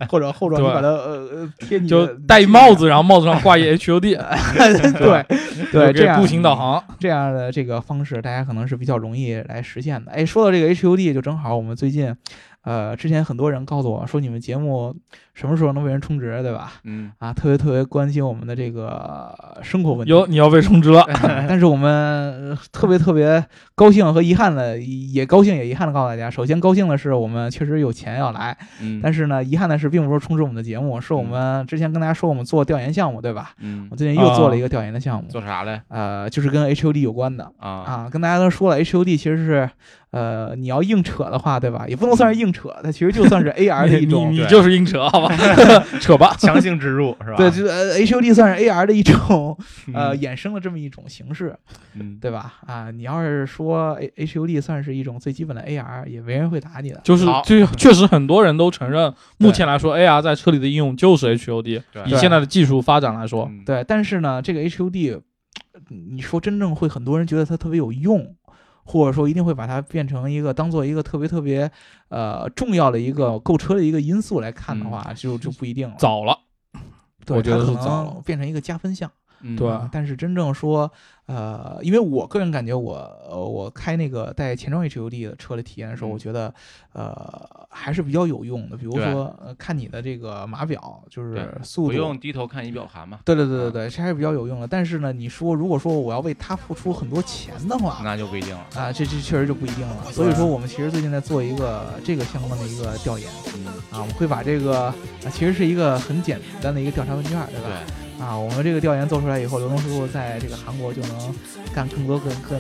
Speaker 1: 或者后装，你
Speaker 2: 对
Speaker 1: 把它呃呃贴你
Speaker 2: 就
Speaker 1: 的
Speaker 2: 戴一帽，子，然后 帽子上挂一 HUD，
Speaker 1: 对 对，这
Speaker 2: 就给
Speaker 1: 样
Speaker 2: 步行导航。
Speaker 1: 这样的这个方式，大家可能是比较容易来实现的。哎，说到这个 HUD，就正好我们最近，呃，之前很多人告诉我说你们节目什么时候能为人充值，对吧？
Speaker 3: 嗯，
Speaker 1: 啊，特别特别关心我们的这个生活问题。
Speaker 2: 哟，你要被充值了。
Speaker 1: 但是我们呃特别特别高兴和遗憾的，也高兴也遗憾的告诉大家，首先高兴的是我们确实有钱要来，
Speaker 3: 嗯，
Speaker 1: 但
Speaker 3: 是，
Speaker 1: 是呢，遗憾的是并不是说充值我们的节目，是我们之前跟大家说我们做调研项目，对吧？
Speaker 3: 嗯
Speaker 1: 我，最近又做了一个调研的项目，
Speaker 3: 做啥嘞？
Speaker 1: 呃，就是跟 HUD 有关的。
Speaker 3: 啊，
Speaker 1: 啊，跟大家都说了，HUD 其实是呃，你要硬扯的话，对吧？也不能算是硬扯，它其实就算是 AR 的一种。
Speaker 2: 你你
Speaker 3: 对
Speaker 2: 就是硬扯，好吧， 扯吧。
Speaker 3: 强行植入是吧？
Speaker 1: 对，就呃 HUD 算是 AR 的一种呃
Speaker 3: 嗯，
Speaker 1: 衍生了这么一种形式，
Speaker 3: 嗯，
Speaker 1: 对吧？啊，你要是说 A- HUD 算是一种最基本的 AR，也没人会打你的。
Speaker 2: 就是
Speaker 3: 好
Speaker 2: 就确实很多人都承认，
Speaker 1: 对
Speaker 2: 目前来说 AR 在车里的应用就是 HUD。
Speaker 3: 对
Speaker 2: 以现在的技术发展来说，
Speaker 3: 嗯
Speaker 1: 对，但是呢，这个 HUD，你呃说真正会很多人觉得它特别有用，或者说一定会把它变成一个当做一个特别特别呃重要的一个购车的一个因素来看的
Speaker 3: 嗯
Speaker 1: 话，就就不一定了。
Speaker 2: 早了，
Speaker 1: 对，
Speaker 2: 我觉得
Speaker 1: 它可
Speaker 2: 是早
Speaker 1: 能变成一个加分项。
Speaker 3: 嗯
Speaker 2: 对
Speaker 1: 啊但是真正说，呃，因为我个人感觉我，呃我开那个带前装 HUD 的车的体验的时候，我
Speaker 3: 嗯
Speaker 1: 觉得，呃，还是比较有用的。比如
Speaker 3: 对
Speaker 1: 说，呃，看你的这个码表，就是
Speaker 3: 对
Speaker 1: 速度，
Speaker 3: 不用低头看仪表盘嘛，
Speaker 1: 对对对对
Speaker 3: 啊
Speaker 1: 对，这还是比较有用的。但是呢，你说如果说我要为它付出很多钱的话，
Speaker 3: 那就不一定了。
Speaker 1: 啊，这这确实就不一定了。所以说，我们其实最近在做一个这个相关的一个调研
Speaker 3: 嗯，
Speaker 1: 啊，我们会把这个啊，其实是一个很简单的一个调查问卷，对吧？
Speaker 3: 对，
Speaker 1: 啊，我们这个调研做出来以后，刘东师傅在这个韩国就能干更多更更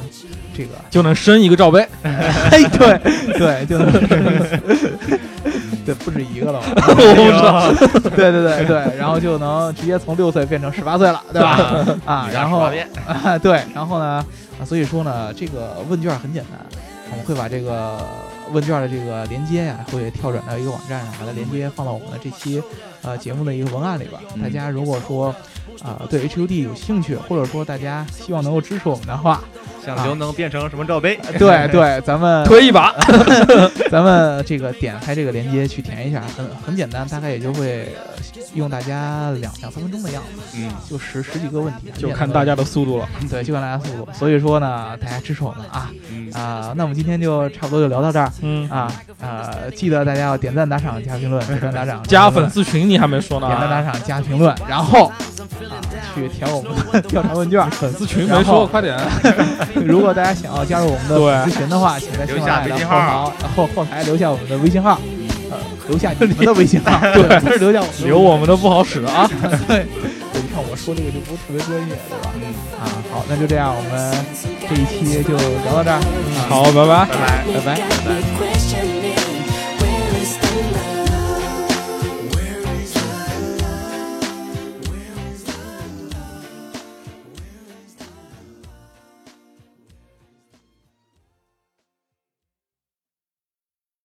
Speaker 1: 这 个，
Speaker 2: 就能升一个罩杯。
Speaker 1: 哎，对对，就能对不止一个了 嘛，
Speaker 3: 不
Speaker 1: 对对对对，然后就能直接从六岁变成十八岁了，对吧？
Speaker 3: 吧？
Speaker 1: 啊，
Speaker 3: 你
Speaker 1: 然
Speaker 3: 让
Speaker 1: 后
Speaker 3: 说吧
Speaker 1: 啊，对，然后呢，啊，所以说呢，这个问卷很简单，我们会把这个问卷的这个连接呀、会跳转到一个网站上，把它连接放到我们的这期呃节目的一个文案里边儿。
Speaker 3: 嗯
Speaker 1: 大家如果说啊、对 HUD 有兴趣，或者说大家希望能够支持我们的 话，
Speaker 3: 想刘能变成什么罩杯？
Speaker 1: 对对，咱们
Speaker 2: 推一把，
Speaker 1: 咱们这个点开这个连接去填一下，很很简单，大概也就会呃用大家两两三分钟的样子，
Speaker 3: 嗯，
Speaker 1: 就十十几个问题，很
Speaker 2: 就
Speaker 1: 简单
Speaker 2: 看
Speaker 1: 的
Speaker 2: 大
Speaker 1: 问
Speaker 2: 家
Speaker 1: 题
Speaker 2: 的速度了。
Speaker 1: 对，就看大家速度。所以说呢，大家支持我们啊
Speaker 3: 嗯，
Speaker 1: 啊、那我们今天就差不多就聊到这儿
Speaker 2: 嗯，
Speaker 1: 啊啊、记得大家要点赞、打赏、加评论，点赞、打赏、
Speaker 2: 加
Speaker 1: 评论
Speaker 2: 粉、丝群你还没说呢
Speaker 1: 点赞、打
Speaker 2: 啊，
Speaker 1: 赏、加评论，然后啊去填我们的 调查问卷。粉
Speaker 2: 粉丝群没说，，快点。
Speaker 1: 如果大家想要加入我们的粉丝群的话，请在喜
Speaker 3: 留
Speaker 1: 马
Speaker 3: 下
Speaker 1: 拉雅的
Speaker 3: 微信
Speaker 1: 后
Speaker 3: 号
Speaker 1: 台后后台留下我们的微信号，呃，留下你们的微信号，对，不是留下我们的微信号
Speaker 2: 留我们的不好使啊。
Speaker 1: 对，你看我说这个就不是特别专业，对吧？
Speaker 3: 嗯
Speaker 1: 啊，好，那就这样，我们这一期就聊到这儿，啊
Speaker 2: 好，拜拜。
Speaker 3: 拜
Speaker 1: 拜
Speaker 3: 拜。
Speaker 1: 拜。
Speaker 4: Got me questioning